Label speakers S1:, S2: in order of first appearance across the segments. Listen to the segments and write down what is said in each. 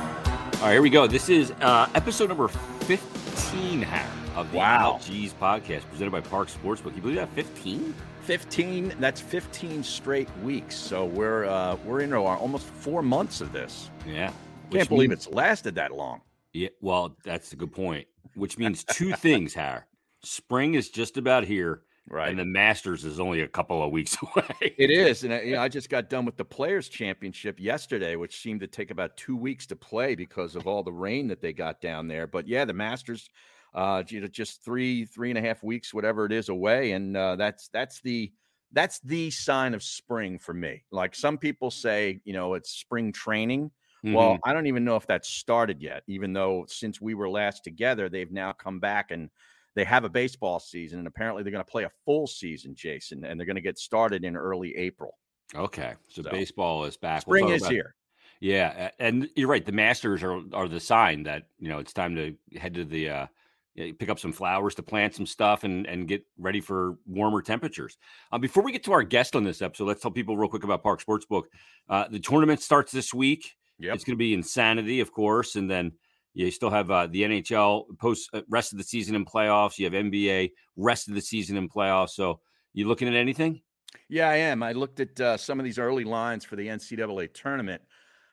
S1: right, here we go. This is uh, episode number 15, Harry, of the
S2: Wow.
S1: LG's podcast presented by Park Sportsbook. You believe that? 15?
S2: 15 that's 15 straight weeks so we're uh we're into our almost four months of this
S1: Yeah.
S2: can't
S1: Which
S2: believe
S1: means-
S2: it's lasted that long
S1: Yeah, well, that's a good point, which means two things, Harry. Spring is just about here,
S2: right
S1: and the Masters is only a couple of weeks away.
S2: it is and I, you know, I just got done with the players championship yesterday which seemed to take about two weeks to play because of all the rain that they got down there but yeah the masters uh you know just three three and a half weeks whatever it is away and uh that's that's the that's the sign of spring for me like some people say you know it's spring training Well, I don't even know if that started yet, even though since we were last together, they've now come back and they have a baseball season. And apparently they're going to play a full season, Jason, and they're going to get started in early April.
S1: Mhm. okay. So,
S2: so-
S1: baseball is back. We'll
S2: Spring
S1: talk
S2: is
S1: about-
S2: here.
S1: Yeah, a- and you're right. The Masters are are the sign that you know it's time to head to the uh, yeah, pick up some flowers to plant some stuff and and get ready for warmer temperatures. Uh, before we get to our guest on this episode, let's tell people real quick about Park Sportsbook. Uh, the tournament starts this week.
S2: Yep.
S1: It's going to be insanity, of course, and then you still have uh, the NHL post uh, rest of the season in playoffs. You have NBA rest of the season in playoffs. So you looking at anything?
S2: Yeah, I am. I looked at uh, some of these early lines for the NCAA tournament.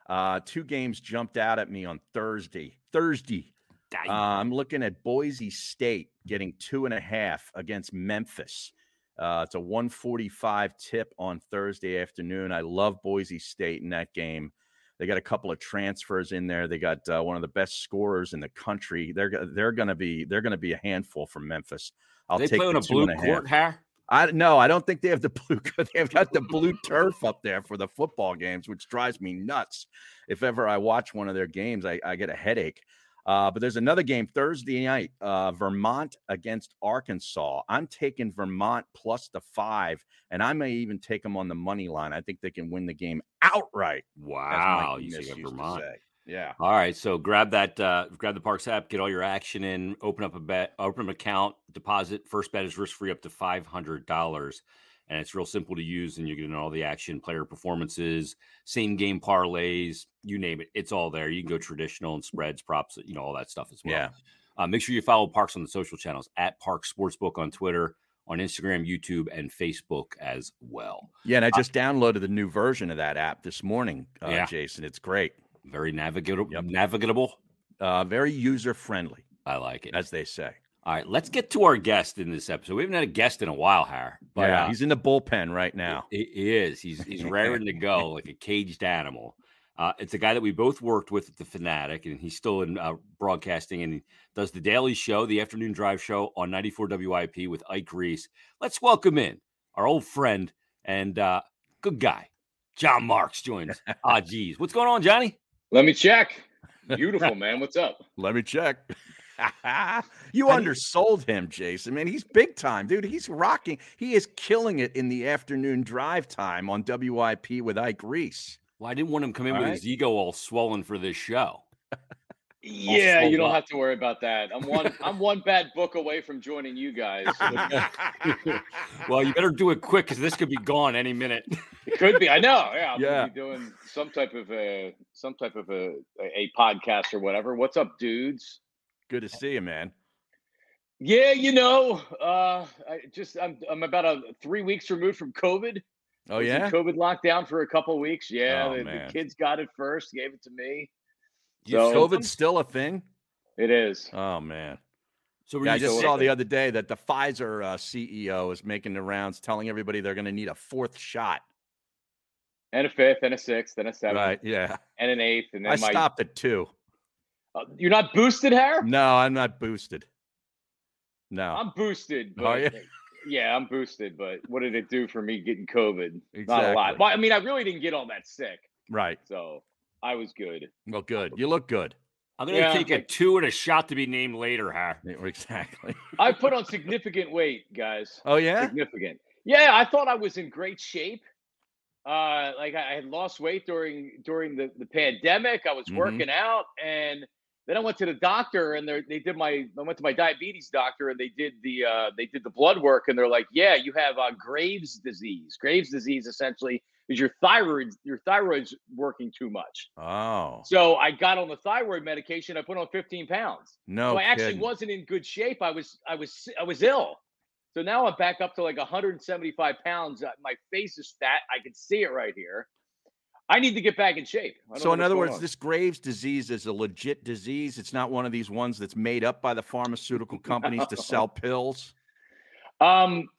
S2: Uh, two games jumped out at me on Thursday. Thursday.
S1: Die.
S2: Uh, I'm looking at Boise State getting two and a half against Memphis. Uh, it's a 145 tip on Thursday afternoon. I love Boise State in that game. They got a couple of transfers in there. They got uh, one of the best scorers in the country. They're go- they're gonna be they're gonna be a handful from Memphis. I'll
S1: they
S2: take
S1: play on
S2: the
S1: a
S2: two
S1: blue
S2: and a half.
S1: court, Har?
S2: I no, I don't think they have the blue. They've got the blue turf up there for the football games, which drives me nuts. If ever I watch one of their games, I, I get a headache. Uh, but there's another game Thursday night, uh, Vermont against Arkansas. I'm taking Vermont plus the five, and I may even take them on the money line. I think they can win the game outright. as Mike
S1: Wow, you
S2: Enos
S1: see
S2: used to
S1: Vermont.
S2: say. Yeah.
S1: All right, so grab that, uh, grab the Parks app, get all your action in, open up a bet, open up an account, deposit. First bet is risk free up to five hundred dollars, and it's real simple to use. And you're getting all the action, player performances, same game parlays, you name it, it's all there. You can go traditional and spreads, props, you know, all that stuff as well.
S2: Yeah.
S1: Uh, make sure you follow Parks on the social channels at Parks Sportsbook on Twitter, on Instagram, YouTube, and Facebook as well.
S2: Yeah. And I just downloaded the new version of that app this morning, uh,
S1: Yeah.
S2: Jason. It's great.
S1: Very navigable,
S2: Yep.
S1: navigable.
S2: Uh, very user friendly,
S1: I like it.
S2: as they say.
S1: All right, let's get to our guest in this episode. We haven't had a guest in a while, Har. But
S2: yeah,
S1: uh,
S2: he's in the bullpen right now.
S1: he, he is. He's he's raring to go like a caged animal. Uh, it's a guy that we both worked with at the Fanatic, and he's still in uh, broadcasting and he does the daily show, the afternoon drive show on 94 WIP with Ike Reese. Let's welcome in our old friend and uh, good guy, John Marks joins. Ah, geez. What's going on, Johnny?
S3: Let me check. Beautiful, man. What's up?
S2: Let me check. you
S1: do you-
S2: undersold him, Jason. Man, he's big time, dude. He's rocking. He is killing it in the afternoon drive time on WIP with Ike Reese.
S1: Well, I didn't want him to come in
S2: All
S1: with
S2: right.
S1: his ego all swollen for this show.
S3: Yeah,
S1: slow
S3: you don't
S1: up.
S3: have to worry about that. I'm one I'm one bad book away from joining you guys.
S1: Well, you better do it quick because this could be gone any minute.
S3: It could be. I know. Yeah, I'm
S2: Yeah.
S3: gonna be doing some type of a some type of a a podcast or whatever. What's up, dudes?
S2: Good to see you, man.
S3: Yeah, you know, uh I just I'm I'm about a 3 weeks removed from COVID.
S2: Oh
S3: Was in
S2: yeah,
S3: COVID lockdown for a couple weeks. Yeah,
S2: Oh,
S3: the,
S2: man.
S3: the kids got it first, gave it to me.
S2: You-
S3: So-
S2: COVID's still a thing.
S3: It is.
S2: Oh man,
S1: So
S2: Yeah, I
S1: you
S2: just
S1: saying-
S2: saw the other day that the Pfizer uh, CEO is making the rounds, telling everybody they're going to need a fourth shot.
S3: And a fifth, and a sixth, and a seventh,
S2: Right? Yeah,
S3: and an eighth, and then
S2: I
S3: my
S2: stopped at two.
S3: Uh, you're not boosted, Harry?
S2: No, I'm not boosted. No,
S3: I'm boosted. But,
S2: Are you?
S3: Yeah, I'm boosted. But what did it do for me getting COVID? Not a
S2: Exactly.
S3: lot. Well, I mean, I really didn't get all that sick,
S2: right.
S3: so I was good.
S2: Well, good. You look good.
S1: I'm gonna
S3: Yeah,
S1: take a
S3: like-
S1: two and a shot to be named later, Har.
S2: Yeah, Exactly.
S3: I put on significant weight, guys.
S2: Oh yeah.
S3: Significant. Yeah, I thought I was in great shape. Uh, like I I had lost weight during during the, the pandemic. I was
S2: Mhm.
S3: working out, and Then I went to the doctor and they did my I went to my diabetes doctor and they did the uh, they did the blood work and they're like, yeah, you have uh, Graves disease. Graves disease essentially is your thyroid your thyroid's working too much.
S2: Oh
S3: So I got on the thyroid medication. I put on 15 pounds.
S2: no!
S3: so Oh, I actually
S2: Oh, kidding.
S3: wasn't in good shape. I was I was I was ill. So now I'm back up to like 175 pounds. Uh, My face is fat. I can see it right here. I need to get back in shape. I don't know
S2: So in
S3: what's
S2: other
S3: going
S2: words,
S3: on.
S2: this Graves' disease is a legit disease. It's not one of these ones that's made up by the pharmaceutical companies to sell pills.
S3: Um,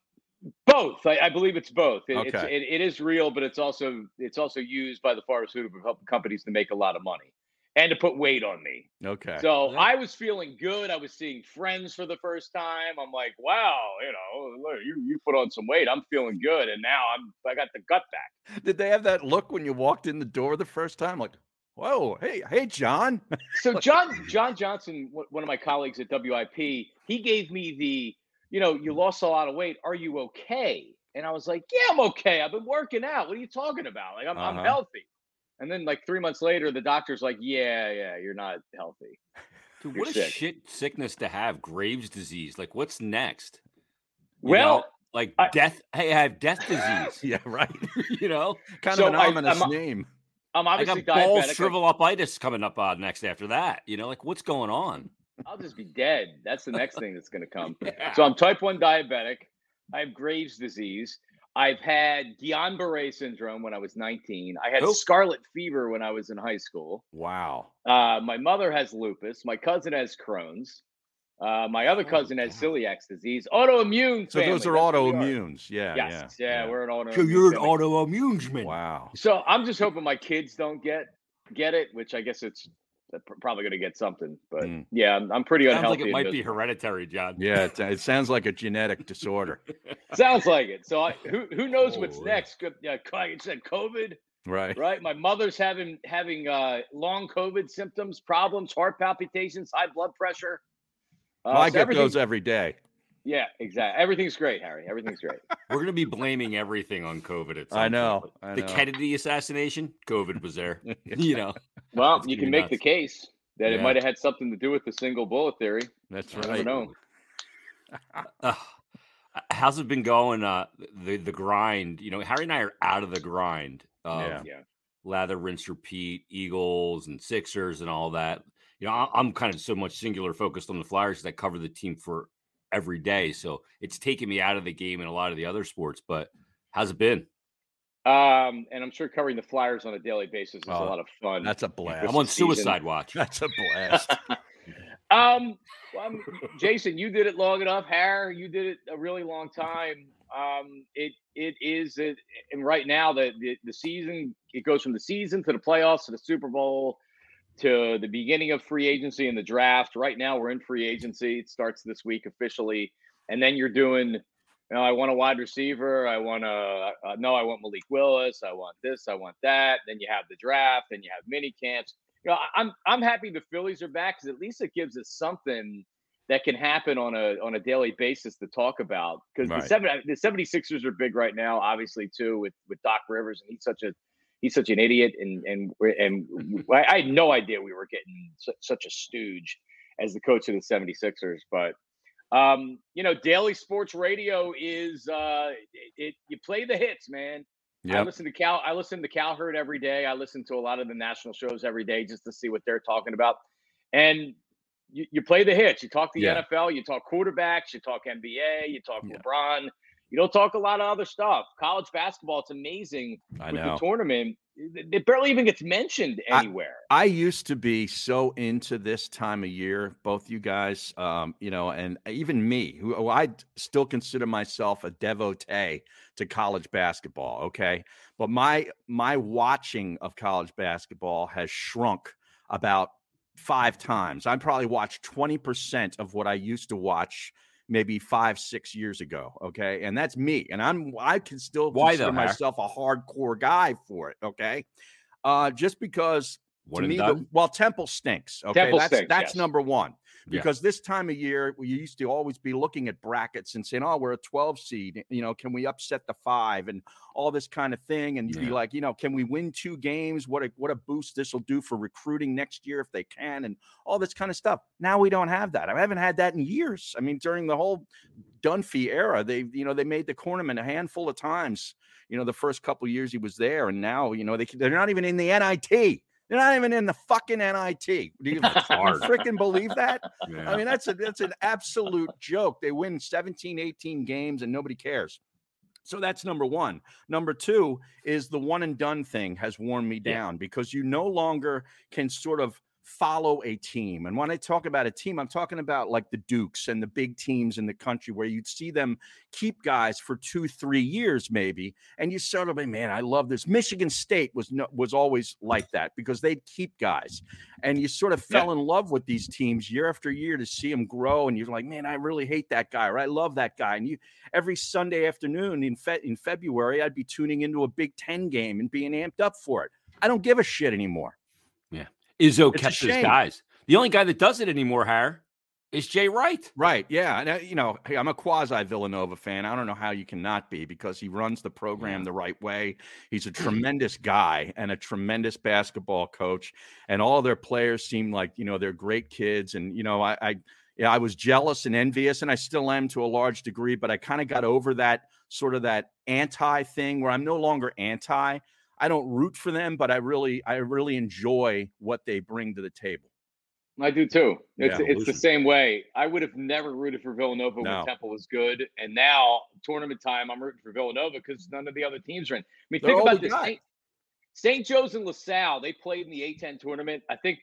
S3: both. I, I believe it's both. It, it's,
S2: Okay.
S3: it, it is real, but it's also it's also used by the pharmaceutical co- companies to make a lot of money and to put weight on me.
S2: Okay.
S3: So
S1: Yeah.
S3: I was feeling good. I was seeing friends for the first time. I'm like, wow, you know, look, you you put on some weight. I'm feeling good, and now I'm I got the gut back.
S2: Did they have that look when you walked in the door the first time? Like, whoa, hey, hey, John.
S3: So John John Johnson, one one of my colleagues at WIP, he gave me the, you know, you lost a lot of weight. Are you okay? And I was like, yeah, I'm okay. I've been working out. What are you talking about? Like I'm,
S2: Uh-huh.
S3: I'm healthy. And then like three months later, the doctor's like, yeah, yeah, you're not healthy.
S1: Dude,
S3: You're
S1: what a
S3: sick.
S1: shit sickness to have. Graves' disease. Like, what's next? You
S3: Well,
S1: know, like
S3: I-
S1: death. Hey, I have death disease.
S2: yeah, right.
S1: you know,
S2: Kind
S3: So
S2: of an
S3: I-
S2: ominous
S3: I'm-
S2: name.
S3: I'm
S1: I
S3: obviously
S1: got ball
S3: diabetic.
S1: shrivel upitis coming up uh, next after that. You know, like what's going on?
S3: I'll just be dead. That's the next thing that's going to come.
S1: Yeah.
S3: So I'm type 1 diabetic. I have Graves' disease. I've had Guillain-Barré syndrome when I was 19. I had
S1: Who?
S3: scarlet fever when I was in high school.
S2: Wow.
S3: Uh, my mother has lupus. My cousin has Crohn's. Uh, my other
S1: Oh,
S3: cousin has
S1: God.
S3: celiac disease. Autoimmune.
S2: So those
S3: family,
S2: are
S3: that's what we
S2: autoimmunes. Yeah,
S3: Yes. Yeah,
S2: yeah.
S3: we're an autoimmune.
S1: So you're an
S3: family.
S1: autoimmune man.
S2: Wow.
S3: So I'm just hoping my kids don't get get it, which I guess it's they're pr- probably going to get something. But
S2: Mm.
S3: yeah, I'm, I'm pretty
S1: Sounds
S3: unhealthy.
S1: like it
S3: and
S1: might
S3: mis-
S1: be hereditary, John.
S2: Yeah, it, it sounds like a genetic disorder.
S3: Sounds like it. So I, who who knows what's
S1: Holy.
S3: next? Good- Yeah, co- like you said COVID,
S2: Right.
S3: right? My mother's having having uh, long COVID symptoms, problems, heart palpitations, high blood pressure. Uh,
S2: Well, I
S3: so
S2: get
S3: everything-
S2: those every day.
S3: Yeah, exactly. Everything's great, Harry. Everything's great.
S1: We're gonna be blaming everything on COVID. At some
S2: I
S1: point,
S2: know.
S1: like,
S2: I
S1: The
S2: know.
S1: Kennedy assassination, COVID was there. You know,
S3: Well,
S1: It's
S3: you
S1: gonna
S3: can
S1: be
S3: make the
S1: nuts.
S3: case that
S2: Yeah.
S3: it might have had something to do with the single bullet theory.
S2: That's
S3: I never
S2: right.
S3: know.
S1: Ugh. Uh, how's it been going? Uh, the the grind. You know, Harry and I are out of the grind. Of
S2: Yeah.
S3: Yeah.
S1: Lather, rinse, repeat. Eagles and Sixers and all that. You know, I, I'm kind of so much singular focused on the Flyers because I cover the team for every day. So it's taken me out of the game and a lot of the other sports. But how's it been?
S3: Um, and I'm sure covering the Flyers on a daily basis is
S2: Oh,
S3: a lot of fun.
S2: That's a blast.
S1: I'm on
S3: season.
S1: suicide watch.
S2: That's a blast.
S3: Um, well, I'm- Jason, you did it long enough. Harry, you did it a really long time. Um, it it is, it, and right now the, the the season it goes from the season to the playoffs to the Super Bowl to the beginning of free agency and the draft. Right now we're in free agency. It starts this week officially, and then you're doing. You know, I want a wide receiver. I want a uh, no. I want Malik Willis. I want this. I want that. Then you have the draft. Then you have mini camps you know, I- I'm I'm happy the Phillies are back because at least it gives us something that can happen on a on a daily basis to talk about. Because
S2: Right.
S3: the seven the 76ers are big right now, obviously too, with with Doc Rivers, and he's such a he's such an idiot, and and we're- and I, I had no idea we were getting su- such a stooge as the coach of the 76ers, but. Um, you know, daily sports radio is uh it, it you play the hits, man. I
S2: Yep.
S3: listen to Cal. I listen to Calherd every day. I listen to a lot of the national shows every day just to see what they're talking about. And you, you play the hits. You talk the
S2: Yeah.
S3: NFL. You talk quarterbacks. You talk NBA. You talk
S2: Yeah.
S3: LeBron. You don't talk a lot of other stuff. College basketball. It's amazing
S2: I
S3: with
S2: know.
S3: the tournament. It, it barely even gets mentioned
S2: I-
S3: anywhere.
S2: I used to be so into this time of year, both you guys, um, you know, and even me, who who I d- still consider myself a devotee to college basketball. Okay, but my my watching of college basketball has shrunk about five times. I probably watch twenty percent of what I used to watch maybe five six years ago. Okay, and that's me, and I'm I can still
S1: Why though,
S2: consider
S1: Har?
S2: myself a hardcore guy for it. Okay, uh, just because
S1: One
S2: to
S1: and
S2: me, the-
S1: done.
S2: well, Temple stinks. Okay,
S3: Temple
S2: that's
S3: stinks,
S2: that's
S3: yes.
S2: number one.
S1: Yeah.
S2: because this time of year we used to always be looking at brackets and saying, "Oh, we're a 12 seed. You know, can we upset the five and all this kind of thing?" And you'd be
S1: Yeah.
S2: like, "You know, can we win two games? What a what a boost this will do for recruiting next year if they can, and all this kind of stuff." Now we don't have that. I haven't had that in years. I mean, during the whole Dunphy era, they you know they made the cornerman a handful of times. You know, the first couple years he was there, and now you know they they're not even in the NIT. They're not even in the fucking NIT. Do you
S1: hard.
S2: freaking believe that?
S1: Yeah.
S2: I mean, that's a that's an absolute joke. They win 17, 18 games and nobody cares. So that's number one. Number two is the one and done thing has worn me
S1: Yeah.
S2: down because you no longer can sort of follow a team. And when I talk about a team, I'm talking about like the Dukes and the big teams in the country where you'd see them keep guys for two, three years maybe, and you sort of, man, I love this. Michigan State was no, was always like that because they'd keep guys, and you sort of fell in love with these teams year after year to see them grow, and you're like, man, I really hate that guy, or I love that guy, and you every Sunday afternoon in fe- in February, I'd be tuning into a Big Ten game and being amped up for it. I don't give a shit anymore.
S1: Izzo
S2: It's a
S1: kept his
S2: shame.
S1: guys. The only guy that does it anymore, Har, is Jay Wright.
S2: Right. Yeah. And, I- you know, hey, I'm a quasi Villanova fan. I don't know how you cannot be because he runs the program
S1: Yeah.
S2: the right way. He's a tremendous guy and a tremendous basketball coach. And all their players seem like, you know, they're great kids. And, you know, I, I, yeah, I was jealous and envious, and I still am to a large degree, but I kind of got over that sort of that anti thing where I'm no longer anti. I don't root for them, but I really, I really enjoy what they bring to the table.
S3: I do too. It's
S2: Yeah,
S3: it's the
S1: losing.
S3: same way. I would have never rooted for Villanova
S2: No.
S3: when Temple was good, and now tournament time, I'm rooting for Villanova because none of the other teams are in. I mean,
S2: They're
S3: think
S2: all we
S3: about this.
S2: got.
S3: St. St. Joe's and LaSalle, they played in the A10 tournament. I think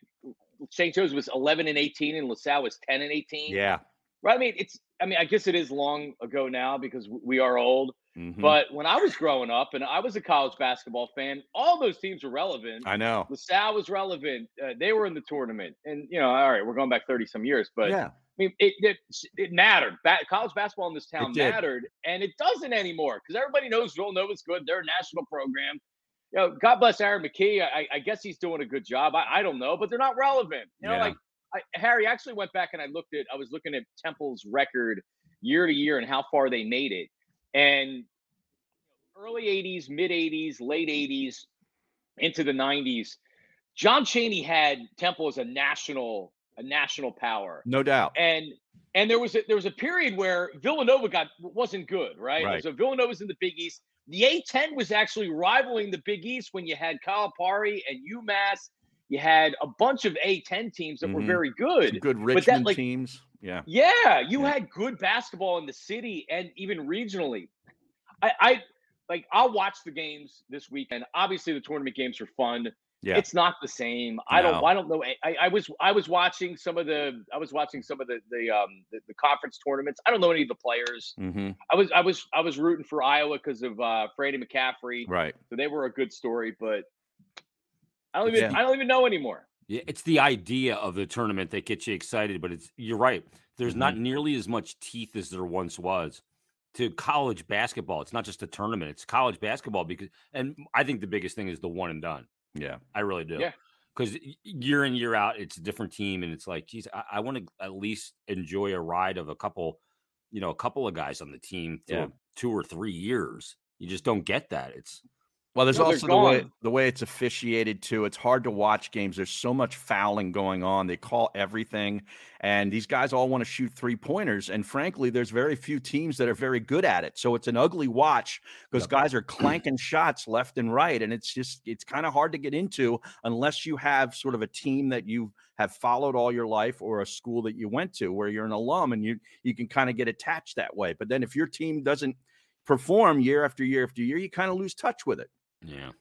S3: St. Joe's was 11 and 18, and LaSalle was 10 and 18.
S2: Yeah.
S3: Right. I mean, it's. I mean, I guess it is long ago now because w- we are old.
S2: Mhm.
S3: But when I was growing up, and I was a college basketball fan, all those teams were relevant.
S2: I know.
S3: LaSalle was relevant. Uh, they were in the tournament, and you know, all right, we're going back thirty some years, but I
S2: yeah.
S3: mean, it it, it mattered. Ba- college basketball in this town
S2: did.
S3: mattered, and it doesn't anymore because everybody knows Villanova's good. They're a national program. You know, God bless Aaron McKee. I, I guess he's doing a good job. I, I don't know, but they're not relevant. You know,
S2: Yeah.
S3: like I, Harry I actually went back and I looked at. I was looking at Temple's record year to year and how far they made it, and early 80s, mid 80s, late 80s, into the 90s, John Cheney had Temple as a national a national power,
S2: No doubt.
S3: and and there was a, there was a period where Villanova got wasn't good, right?
S2: Right.
S3: So Villanova's in the Big East. The A10 was actually rivaling the Big East when you had Calipari and UMass. You had a bunch of A10 teams that were
S2: Mhm.
S3: very good.
S2: Some good
S3: But
S2: Richmond
S3: that, like-
S2: teams. Yeah.
S3: Yeah, you
S2: Yeah.
S3: had good basketball in the city and even regionally. I, I like I'll watch the games this weekend. Obviously, the tournament games are fun.
S2: Yeah.
S3: It's not the same. I don't.
S2: No.
S3: I don't know. I, I was. I was watching some of the. I was watching some of the the um the, the conference tournaments. I don't know any of the players.
S2: hmm
S3: I was. I was. I was rooting for Iowa because of uh Freddie McCaffrey.
S2: Right.
S3: So they were a good story, but I don't even.
S2: Yeah.
S3: I don't even know anymore.
S1: Yeah, it's the idea of the tournament that gets you excited, but it's you're right. There's not
S2: Mm-hmm.
S1: nearly as much teeth as there once was to college basketball. It's not just a tournament; it's college basketball because, and I think the biggest thing is the one and done.
S2: Yeah.
S1: I really do.
S3: Yeah.
S1: Because year in year out, it's a different team, and it's like, geez, I, I want to at least enjoy a ride of a couple, you know, a couple of guys on the team through
S2: Yeah.
S1: two or three years. You just don't get that. It's
S2: Well, there's
S3: No, they're
S2: also the way
S3: gone.
S2: the way it's officiated too. It's hard to watch games. There's so much fouling going on. They call everything, and these guys all want to shoot three pointers. And frankly, there's very few teams that are very good at it. So it's an ugly watch because
S1: Yep.
S2: guys are clanking shots left and right, and it's just it's kind of hard to get into unless you have sort of a team that you have followed all your life or a school that you went to where you're an alum and you you can kind of get attached that way. But then if your team doesn't perform year after year after year, you kind of lose touch with it.
S1: yeah.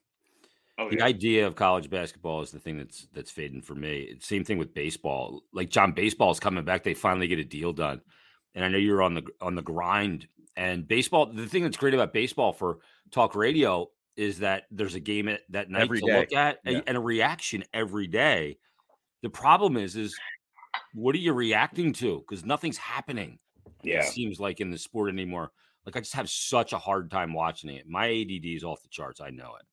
S3: Oh,
S1: the idea of college basketball is the thing that's that's fading for me. It's Same thing with baseball. Like John, baseball's coming back. They finally get a deal done, and I know you're on the on the grind. And baseball, the thing that's great about baseball for talk radio is that there's a game at, that night
S2: Every
S1: to
S2: day.
S1: look at and-
S2: Yeah.
S1: and a reaction every day. The problem is, is what are you reacting to? Because nothing's happening it seems like in the sport anymore. Like I just have such a hard time watching it. My ADD is off the charts. I know it,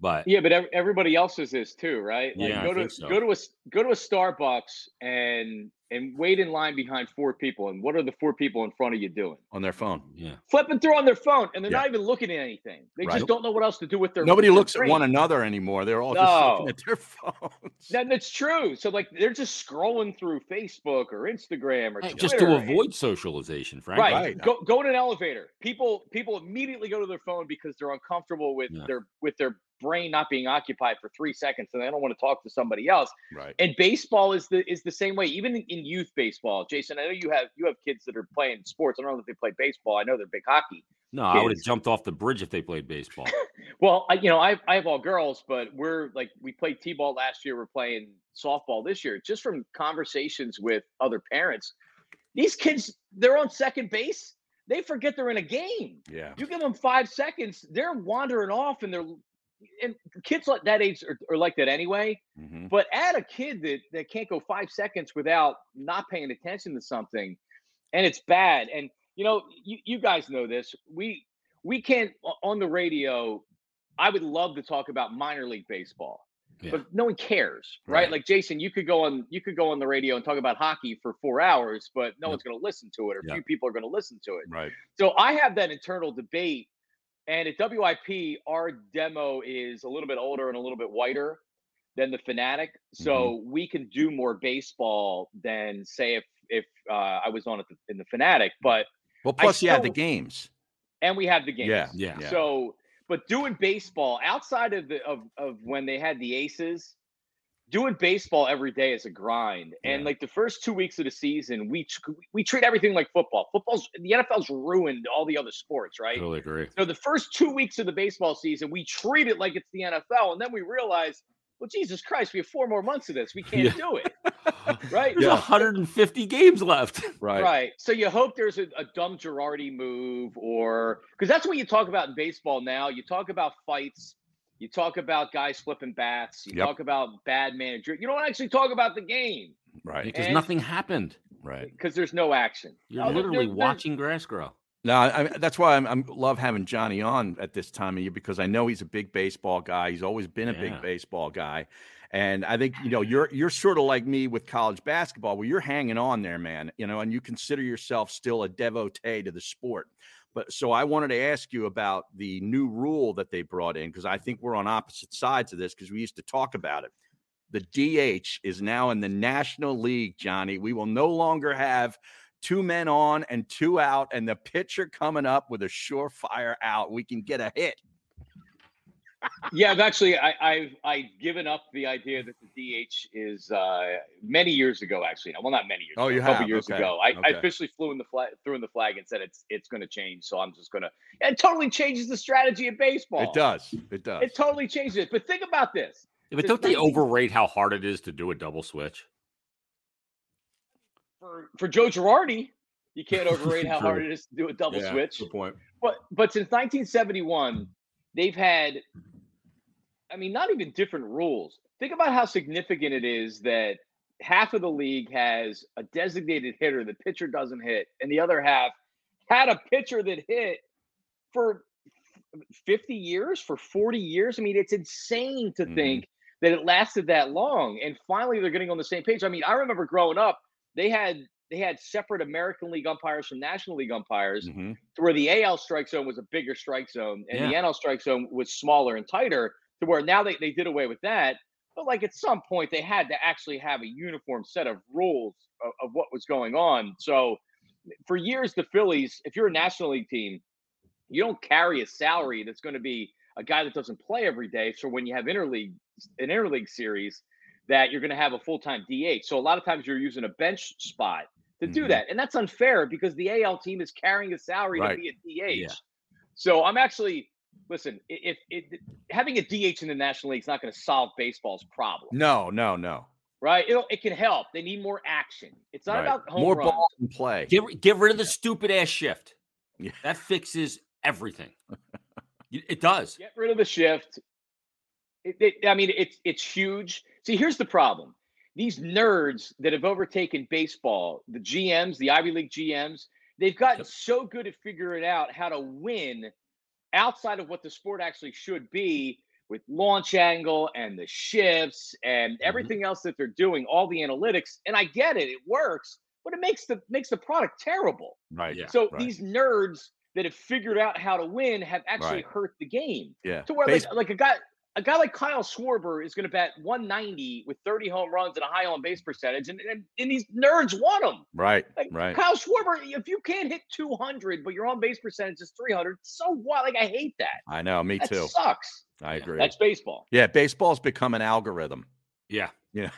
S1: but
S3: Yeah, but ev- everybody else's is too, right? Like
S1: Yeah, I
S3: go to
S1: think so.
S3: go to a s- go to a Starbucks and and wait in line behind four people. And what are the four people in front of you doing?
S2: on their phone.
S1: Yeah.
S3: Flipping through on their phone, and they're
S2: Yeah.
S3: not even looking at anything. They
S2: Right.
S3: just don't know what else to do with their.
S2: Nobody
S3: their
S2: looks at
S3: brain.
S2: one another anymore. They're all just looking
S3: No.
S2: at their phones.
S3: That, that's true. So like they're just scrolling through Facebook or Instagram or Twitter
S1: Eh, Just to
S3: and-
S1: avoid socialization, frankly.
S3: Right.
S2: Right.
S3: Go go in an elevator. People people immediately go to their phone because they're uncomfortable with
S1: Yeah.
S3: their with their brain not being occupied for three seconds and they don't want to talk to somebody else.
S2: right.
S3: And baseball is the is the same way, even in, in youth baseball. Jason, I know you have you have kids that are playing sports. I don't know if they play baseball. I know they're big hockey.
S1: No, I would have
S3: kids.
S1: jumped off the bridge if they played baseball.
S3: Well, I, you know, I I have all girls, but we're like we played t-ball last year. We're playing softball this year. Just from conversations with other parents, these kids they're on second base. They forget they're in a game.
S2: Yeah.
S3: You give them five seconds, they're wandering off, and they're and kids like that age are, are like that anyway.
S2: Mhm.
S1: Mm-hmm.
S3: But add a kid that that can't go five seconds without not paying attention to something, and it's bad. And you know, you, you guys know this. We we can't o- on the radio. I would love to talk about minor league baseball,
S1: Yeah.
S3: but no one cares, right?
S2: Right.
S3: Like Jason, you could go on you could go on the radio and talk about hockey for four hours, but no
S1: Yep.
S3: one's going to listen to it, or
S1: Yeah.
S3: few people are going to listen to it.
S2: Right.
S3: So I have that internal debate. And at WIP, our demo is a little bit older and a little bit whiter than the Fanatic. So we can do more baseball than, say, if if uh, I was on it in the Fanatic. But
S2: Well,
S3: I
S2: plus you had the
S3: still-
S2: games.
S3: and we have the games.
S2: Yeah.
S1: Yeah.
S2: Yeah.
S3: So, but doing baseball outside of the of of when they had the aces, doing baseball every day is a grind. And
S2: Yeah.
S3: like the first two weeks of the season, we tr- we treat everything like football. Football's the NFL's ruined all the other sports, right?
S1: Totally agree.
S3: So the first two weeks of the baseball season, we treat it like it's the NFL, and then we realize, well, Jesus Christ, we have four more months of this. We can't
S1: Yeah.
S3: do it, right?
S1: There's 150 games left.
S2: Right.
S3: Right. So you hope there's a, a dumb Girardi move, or because that's what you talk about in baseball now. You talk about fights. You talk about guys flipping bats. You
S2: Yep.
S3: talk about bad manager. You don't actually talk about the game
S2: Right.
S1: Because
S3: And-
S1: nothing happened.
S2: Right.
S3: because there's no action.
S1: You're
S3: No, there-
S1: literally
S3: there- there-
S1: watching grass grow.
S2: No, I, I, that's why I'm, I'm love having Johnny on at this time of year because I know he's a big baseball guy. He's always been a
S1: Yeah.
S2: big baseball guy, and I think you know you're you're sort of like me with college basketball, where you're hanging on there, man. You know, and you consider yourself still a devotee to the sport. But so I wanted to ask you about the new rule that they brought in because I think we're on opposite sides of this because we used to talk about it. The DH is now in the National League, Johnny. We will no longer have two men on and two out, and the pitcher coming up with a surefire out. We can get a hit.
S3: yeah, I've actually I, I've I've given up the idea that the DH is uh, many years ago. Actually, no, well, not many years.
S2: Oh,
S3: ago,
S2: you
S3: a couple
S2: have,
S3: years
S2: okay,
S3: ago. I, I
S2: okay.
S3: officially flew in the flag, threw in the flag, and said it's it's going to change. So I'm just going to. It totally changes the strategy of baseball.
S2: It does. It does.
S3: It totally changes it. But think about this.
S1: Yeah, but
S3: It's
S1: don't they
S3: amazing.
S1: overrate how hard it is to do a double switch?
S3: For for Joe Girardi, you can't overrate how
S1: True.
S3: hard it is to do a double
S2: Yeah.
S3: switch.
S1: point.
S3: But but since 1971, they've had I mean, not even different rules. Think about how significant it is that half of the league has a designated hitter the pitcher doesn't hit, and the other half had a pitcher that hit for 50 years, for 40 years. I mean, it's insane to
S2: Mhm.
S3: think that it lasted that long. And finally they're getting on the same page. I mean, I remember growing up, they had they had separate American League umpires from National League umpires
S2: Mhm.
S3: to where the AL strike zone was a bigger strike zone and the NL strike zone was smaller and tighter to where now they, they did away with that. But like at some point they had to actually have a uniform set of rules of, of what was going on. So for years the Phillies, if you're a National League team, you don't carry a salary that's going to be a guy that doesn't play every day. So when you have interleague an interleague series, that you're going to have a full time DH. So a lot of times you're using a bench spot to do
S2: Mhm.
S3: that. And that's unfair because the AL team is carrying a salary
S2: Right.
S3: to be a DH.
S1: Yeah.
S3: So I'm actually listen, i- if it having a DH in the National League is not going to solve baseball's problem,
S2: No, no, no.
S3: right? It'll, it can help. They need more action. It's not
S2: Right.
S3: about home
S2: More
S3: runs.
S2: ball and play.
S1: Get, ri- get rid of the stupid ass shift.
S2: Yeah.
S1: That fixes everything. Y- it does.
S3: Get rid of the shift. It, it- I mean, it's it's huge. See, here's the problem: these nerds that have overtaken baseball, the GMs, the Ivy League GMs, they've gotten
S1: Yep.
S3: so good at figuring out how to win outside of what the sport actually should be with launch angle and the shifts and everything else that they're doing, all the analytics. And I get it, it works, but it makes the makes the product terrible.
S1: Right.
S4: Yeah.
S3: so
S2: right.
S3: these nerds that have figured out how to win have actually
S1: Right.
S3: hurt the game.
S2: Yeah.
S3: To where
S2: Base-
S3: like, like a guy a guy like Kyle Schwarber is going to bat 190 with 30 home runs and a high on base percentage, and, and, and these nerds want him.
S2: right.
S3: Like,
S2: Right.
S3: Kyle Schwarber, if you can't hit 200 but your on base percentage is 300, so what? Like I hate that.
S2: I know. Me
S3: That
S2: too.
S3: sucks.
S2: I
S4: Yeah.
S2: agree.
S3: That's baseball.
S2: yeah. Baseball's become an algorithm.
S1: Yeah.
S2: Yeah.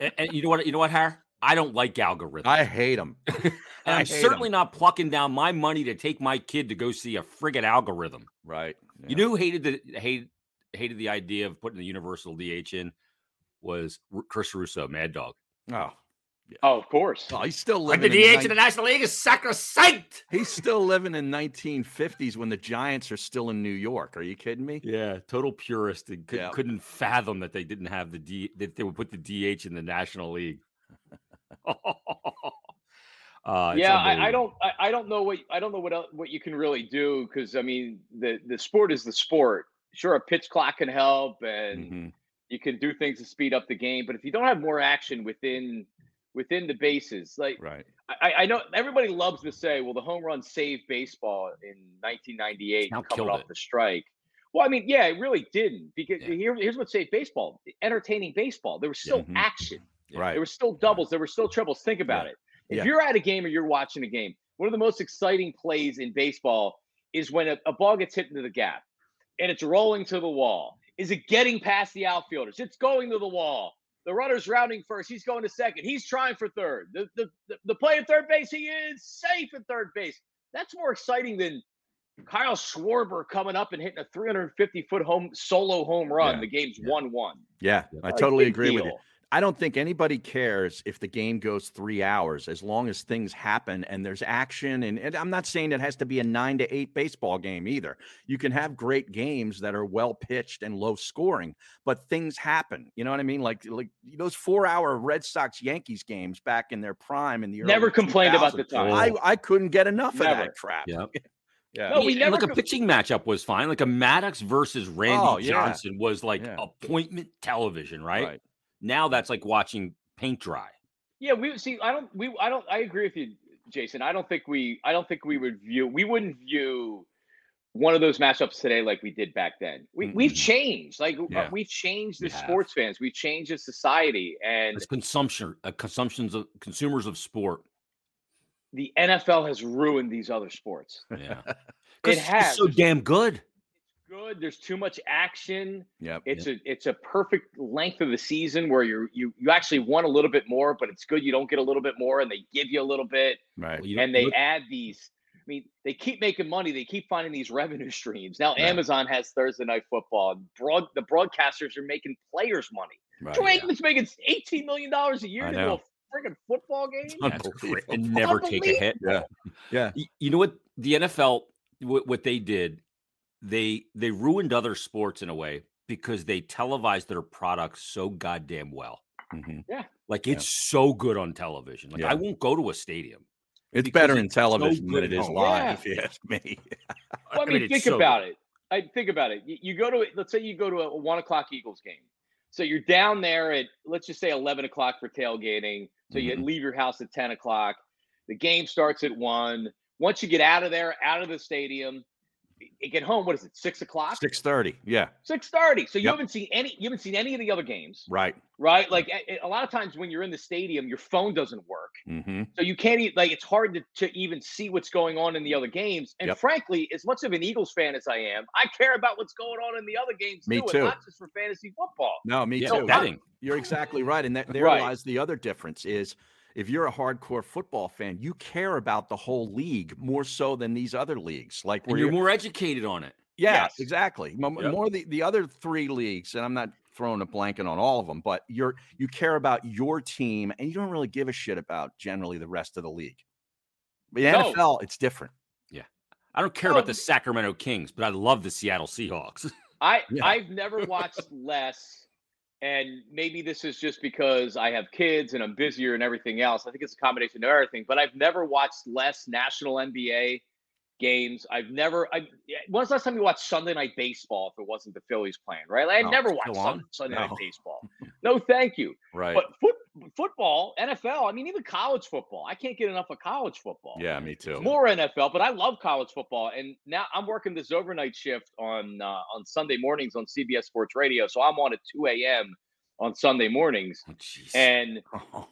S1: And, and you know what? You know what, Har? I don't like algorithms.
S2: I hate them.
S1: and
S2: I
S1: I'm
S2: hate 'em.
S1: certainly not plucking down my money to take my kid to go see a friggin' algorithm.
S2: Right.
S1: You knew who hated the hate hated the idea of putting the universal DH in was R- Chris Russo, Mad Dog.
S2: know. Oh.
S3: Oh, of course.
S2: Oh, he's still
S1: Like
S2: living
S1: the
S2: in the
S1: DH in the National League is sacrosanct.
S2: He's still living in 1950s when the Giants are still in New York. Are you kidding me?
S1: Yeah, total purist. And could,
S2: Yeah.
S1: Couldn't fathom that they didn't have the D that they would put the DH in the National League. uh, it's
S3: yeah, I, I
S1: unbelievable.
S3: don't, I, I don't know what, I don't know what else, what you can really do because I mean, the the sport is the sport. Sure, a pitch clock can help, and
S2: Mhm.
S3: you can do things to speed up the game. But if you don't have more action within within the bases, like
S2: Right.
S3: I, I know everybody loves to say, well, the home run saved baseball in 1998
S1: Now
S3: coming
S1: killed
S3: off
S1: it.
S3: the strike. Well, I mean, yeah, it really didn't because
S1: Yeah.
S3: here, here's what saved baseball: entertaining baseball. There was still
S1: Mm-hmm.
S2: Mhm.
S3: action.
S1: Yeah.
S2: Right.
S3: There were still doubles. There were still triples. Think about
S2: Yeah.
S3: it. If
S2: Yeah.
S3: you're at a game or you're watching a game, one of the most exciting plays in baseball is when a, a ball gets hit into the gap and it's rolling to the wall. Is it getting past the outfielders? It's going to the wall. The runner's rounding first. He's going to second. He's trying for third. The, the, the, the play at third base, he is safe at third base. That's more exciting than Kyle Schwarber coming up and hitting a 350 foot home solo home run.
S2: Yeah.
S3: The game's
S1: Yeah.
S3: 1 1.
S2: Yeah. I totally agree with you. I don't think anybody cares if the game goes three hours as long as things happen and there's action. And, and I'm not saying it has to be a nine to eight baseball game either. You can have great games that are well pitched and low scoring, but things happen. You know what I mean? Like, like those four hour Red Sox Yankees games back in their prime in the early
S3: Never complained about the
S2: 2000s.
S3: time.
S2: I, I couldn't get enough of
S3: Never.
S2: that crap.
S1: Yep.
S2: Yeah.
S3: No, we
S1: Yeah,
S3: never
S1: like a
S3: go-
S1: pitching matchup was fine. Like a Maddox versus Randy
S2: Oh, yeah.
S1: Johnson was like
S2: Yeah.
S1: appointment television, right?
S2: Right.
S1: Now that's like watching paint dry.
S3: Yeah, we see. I don't. We. I don't. I agree with you, Jason. I don't think we. I don't think we would view. We wouldn't view one of those matchups today like we did back then. We we've changed. Like uh,
S2: Yeah.
S3: we've changed
S1: We
S3: as
S1: have.
S3: sports fans. We've changed as society, and
S1: It's consumption, uh, consumptions of consumers of sport.
S3: the NFL has ruined these other sports.
S1: Yeah,
S3: It
S1: because
S3: has.
S1: it's so damn good.
S3: Good. There's too much action.
S2: Yep.
S3: It's a it's a perfect length of the season where you're you you actually want a little bit more, but it's good you don't get a little bit more, and they give you a little bit.
S2: Right.
S1: Well, you
S3: and
S1: don't-
S3: they
S1: look-
S3: add these. I mean, they keep making money. They keep finding these revenue streams. Now Amazon has Thursday Night Football. And broad, the broadcasters are making players money.
S1: Oh,
S2: Right.
S3: Troy Aikman's making eighteen million dollars a year
S2: I
S3: to do a
S2: know.
S3: freaking football game.
S1: Yeah, it's great.
S2: Unbelievable.
S1: and never take a hit.
S2: Yeah. Yeah.
S1: Y- You know what the NFL what, what they did, they they ruined other sports in a way because they televised their products so goddamn well.
S2: Mhm.
S1: Like
S2: Yeah.
S1: it's so good on television. Like
S2: Yeah.
S1: I won't go to a stadium.
S2: It's
S1: Because
S2: better
S1: it's
S2: in television
S1: good
S2: than it
S1: at
S2: is
S1: home.
S2: live,
S3: Yeah.
S2: if you ask me.
S3: Well, I
S1: I
S3: mean,
S1: mean, it's
S3: think
S1: so
S3: about it. I think about it. You, you go to let's say you go to a, a one o'clock Eagles game. So you're down there at let's just say eleven o'clock for tailgating. So you
S2: Mhm.
S3: leave your house at ten o'clock. The game starts at one. Once you get out of there, out of the stadium, y- you get home. What is it? Six o'clock.
S2: Six thirty. Yeah.
S3: Six thirty. So you
S2: Yep.
S3: haven't seen any. You haven't seen any of the other games,
S2: Right.
S3: right? Like a, a lot of times when you're in the stadium, your phone doesn't work.
S2: Mm-hmm.
S3: So you can't even like it's hard to, to even see what's going on in the other games. And
S2: Yep.
S3: frankly, as much of an Eagles fan as I am, I care about what's going on in the other games
S2: Me
S3: too,
S2: too.
S3: and not just for fantasy football.
S2: No, me
S1: yeah,
S2: too.
S1: betting.
S2: You're exactly right, and that there
S3: Right.
S2: lies the other difference is. If you're a hardcore football fan, you care about the whole league more so than these other leagues. Like
S1: And
S2: where
S1: you're
S2: you're-
S1: more educated on it.
S2: yeah,
S3: Yes.
S2: exactly. Mo-
S1: Yep.
S2: More the the other three leagues, and I'm not throwing a blanket on all of them, but you're you care about your team, and you don't really give a shit about generally the rest of the league. The
S3: No.
S2: NFL, it's different.
S1: I don't care
S3: No,
S1: about the
S3: th-
S1: Sacramento Kings, but I love the Seattle Seahawks.
S3: I
S2: Yeah.
S3: I've never watched less, and maybe this is just because I have kids and I'm busier and everything else. I think it's a combination of everything, but I've never watched less national NBA games. I've never. I when's the last time you watched Sunday night baseball? If it wasn't the Phillies playing, right? Like, I
S2: No,
S3: never
S2: it's
S3: watched
S2: still
S3: Sun,
S2: on?
S3: Sunday
S2: No.
S3: night baseball. No, thank you.
S2: Right.
S3: But foot, football, NFL. I mean, even college football. I can't get enough of college football.
S2: yeah, me too.
S3: More NFL, but I love college football, and now I'm working this overnight shift on uh, on Sunday mornings on CBS Sports Radio. So I'm on at 2 a.m. on Sunday mornings,
S1: Oh, jeez.
S3: and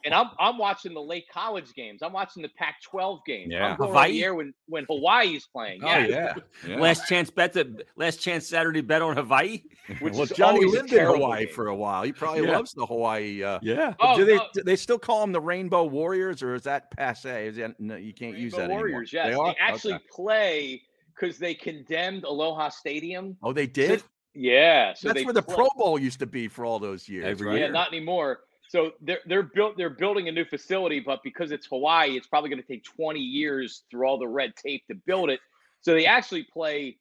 S3: and I'm I'm watching the late college games. I'm watching the Pac-12 games.
S2: Yeah.
S3: I'm going on
S1: Hawaii?
S3: the air when when Hawaii's playing.
S2: Oh,
S3: yeah,
S2: yeah. yeah.
S1: last chance bet to last chance Saturday bet on Hawaii.
S3: which
S2: well,
S3: is
S2: Johnny
S3: always a
S2: lived in
S3: terrible
S2: Hawaii
S3: game.
S2: for a while. He probably
S1: Yeah.
S2: loves the Hawaii. Uh,
S1: Yeah.
S3: Oh,
S2: do they
S3: no,
S2: do they still call them the Rainbow Warriors, or is that passe? Is that, no, you can't use
S3: Rainbow
S2: that anymore.
S3: Warriors. Yes,
S2: They,
S3: they,
S2: are?
S3: actually
S2: Okay.
S3: play because they condemned Aloha Stadium.
S2: Oh, they did.
S3: Yeah, so
S2: That's
S3: they
S2: where the
S3: play-
S2: Pro Bowl used to be for all those years.
S1: Every
S2: right?
S3: Yeah,
S1: year.
S3: not anymore. So they're they're built they're building a new facility, but because it's Hawaii, it's probably going to take 20 years through all the red tape to build it. So they actually play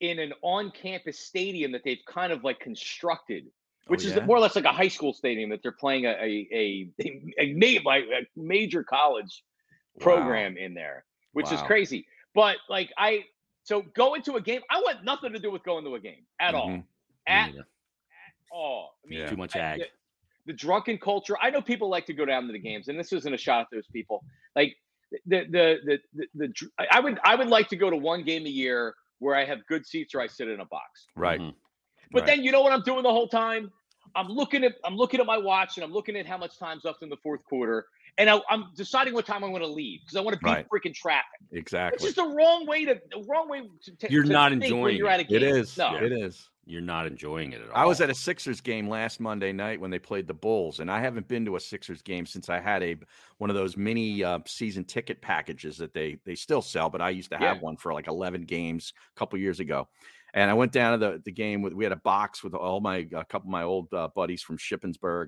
S3: in an on-campus stadium that they've kind of like constructed, which is
S2: Oh, yeah?
S3: more or less like a high school stadium that they're playing a a a, a, ma- like a major college program in there, which is
S2: Wow.
S3: crazy. But like I so going to a game, I want nothing to do with going to a game at all.
S2: Mhm.
S3: At all. I mean,
S2: Yeah.
S1: uh, Too much
S3: I-
S1: ag. Mm-hmm.
S3: the- the drunken culture. I know people like to go down to the games, and this isn't a shot at those people. Like the the the the, the dr- I- I would I would like to go to one game a year where I have good seats or I sit in a box.
S2: Right.
S1: Mhm.
S3: Mm-hmm. But
S2: Right.
S3: then you know what I'm doing the whole time? I'm looking at I'm looking at my watch and I'm looking at how much time's left in the fourth quarter, and I, I'm deciding what time I'm going to leave because I want to beat
S2: Right.
S3: freaking traffic. It's
S2: Exactly.
S3: just the wrong way to the wrong way. To, to,
S1: You're
S3: to
S1: not
S3: think when
S1: enjoying
S3: You're
S1: it.
S3: at a game.
S2: It is.
S3: No.
S2: It is.
S1: You're not enjoying it at all.
S2: I was at a Sixers game last Monday night when they played the Bulls, and I haven't been to a Sixers game since I had a one of those mini uh, season ticket packages that they they still sell, but I used to have
S3: Yeah.
S2: one for like eleven games a couple years ago. And I went down to the, the game with we had a box with all my a couple of my old uh, buddies from Shippensburg,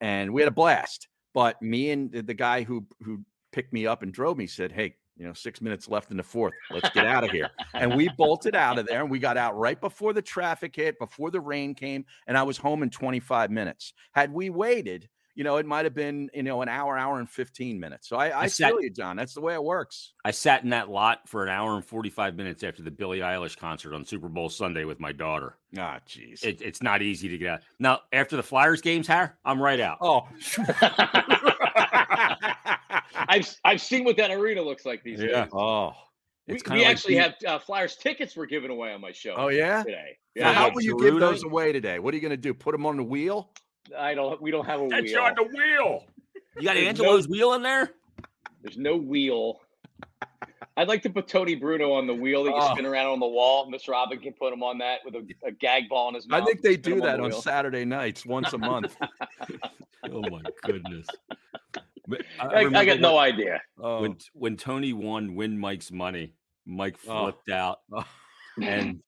S2: and we had a blast. But me and the, the guy who who picked me up and drove me said, "Hey." You know, six minutes left in the fourth. Let's get out of here. and we bolted out of there and we got out right before the traffic hit, before the rain came, and I was home in 25 minutes. Had we waited, you know, it might have been, you know, an hour, hour and 15 minutes. So I, I
S1: That's that-
S2: feel you, John. That's the way it works.
S1: I sat in that lot for an hour and 45 minutes after the Billie Eilish concert on Super Bowl Sunday with my daughter.
S2: Ah, jeez.
S1: It, it's not easy to get out. Now, after the Flyers games, Har, I'm right out.
S2: oh.
S3: I've I've seen what that arena looks like these days.
S2: Oh.
S3: We,
S1: It's
S3: we
S1: kinda like
S3: actually
S1: being-
S3: have uh, Flyers tickets were given away on my show
S2: Oh, yeah.
S3: today.
S2: So how
S3: Yeah,
S1: like
S2: will you
S1: Giroud
S2: give those
S1: night?
S2: away today? What are you going to do? Put them on the wheel?
S3: I don't. We don't have a wheel.
S1: wheel. You got
S3: There's
S1: Angelo's wheel in there?
S3: There's no wheel. I'd like to put Tony Bruno on the wheel that you
S2: Oh.
S3: spin around on the wall. Miss Robin can put him on that with a, a gag ball in his mouth.
S2: I think they
S3: Spin
S2: do
S3: him
S2: that
S3: the
S2: on
S3: wheel.
S2: Saturday nights once a month.
S1: Oh my goodness. But
S3: I, I
S1: remember
S3: got no idea.
S2: Oh.
S1: when when Tony won Win Mike's money, Mike
S2: Oh.
S1: flipped out
S2: Oh.
S1: and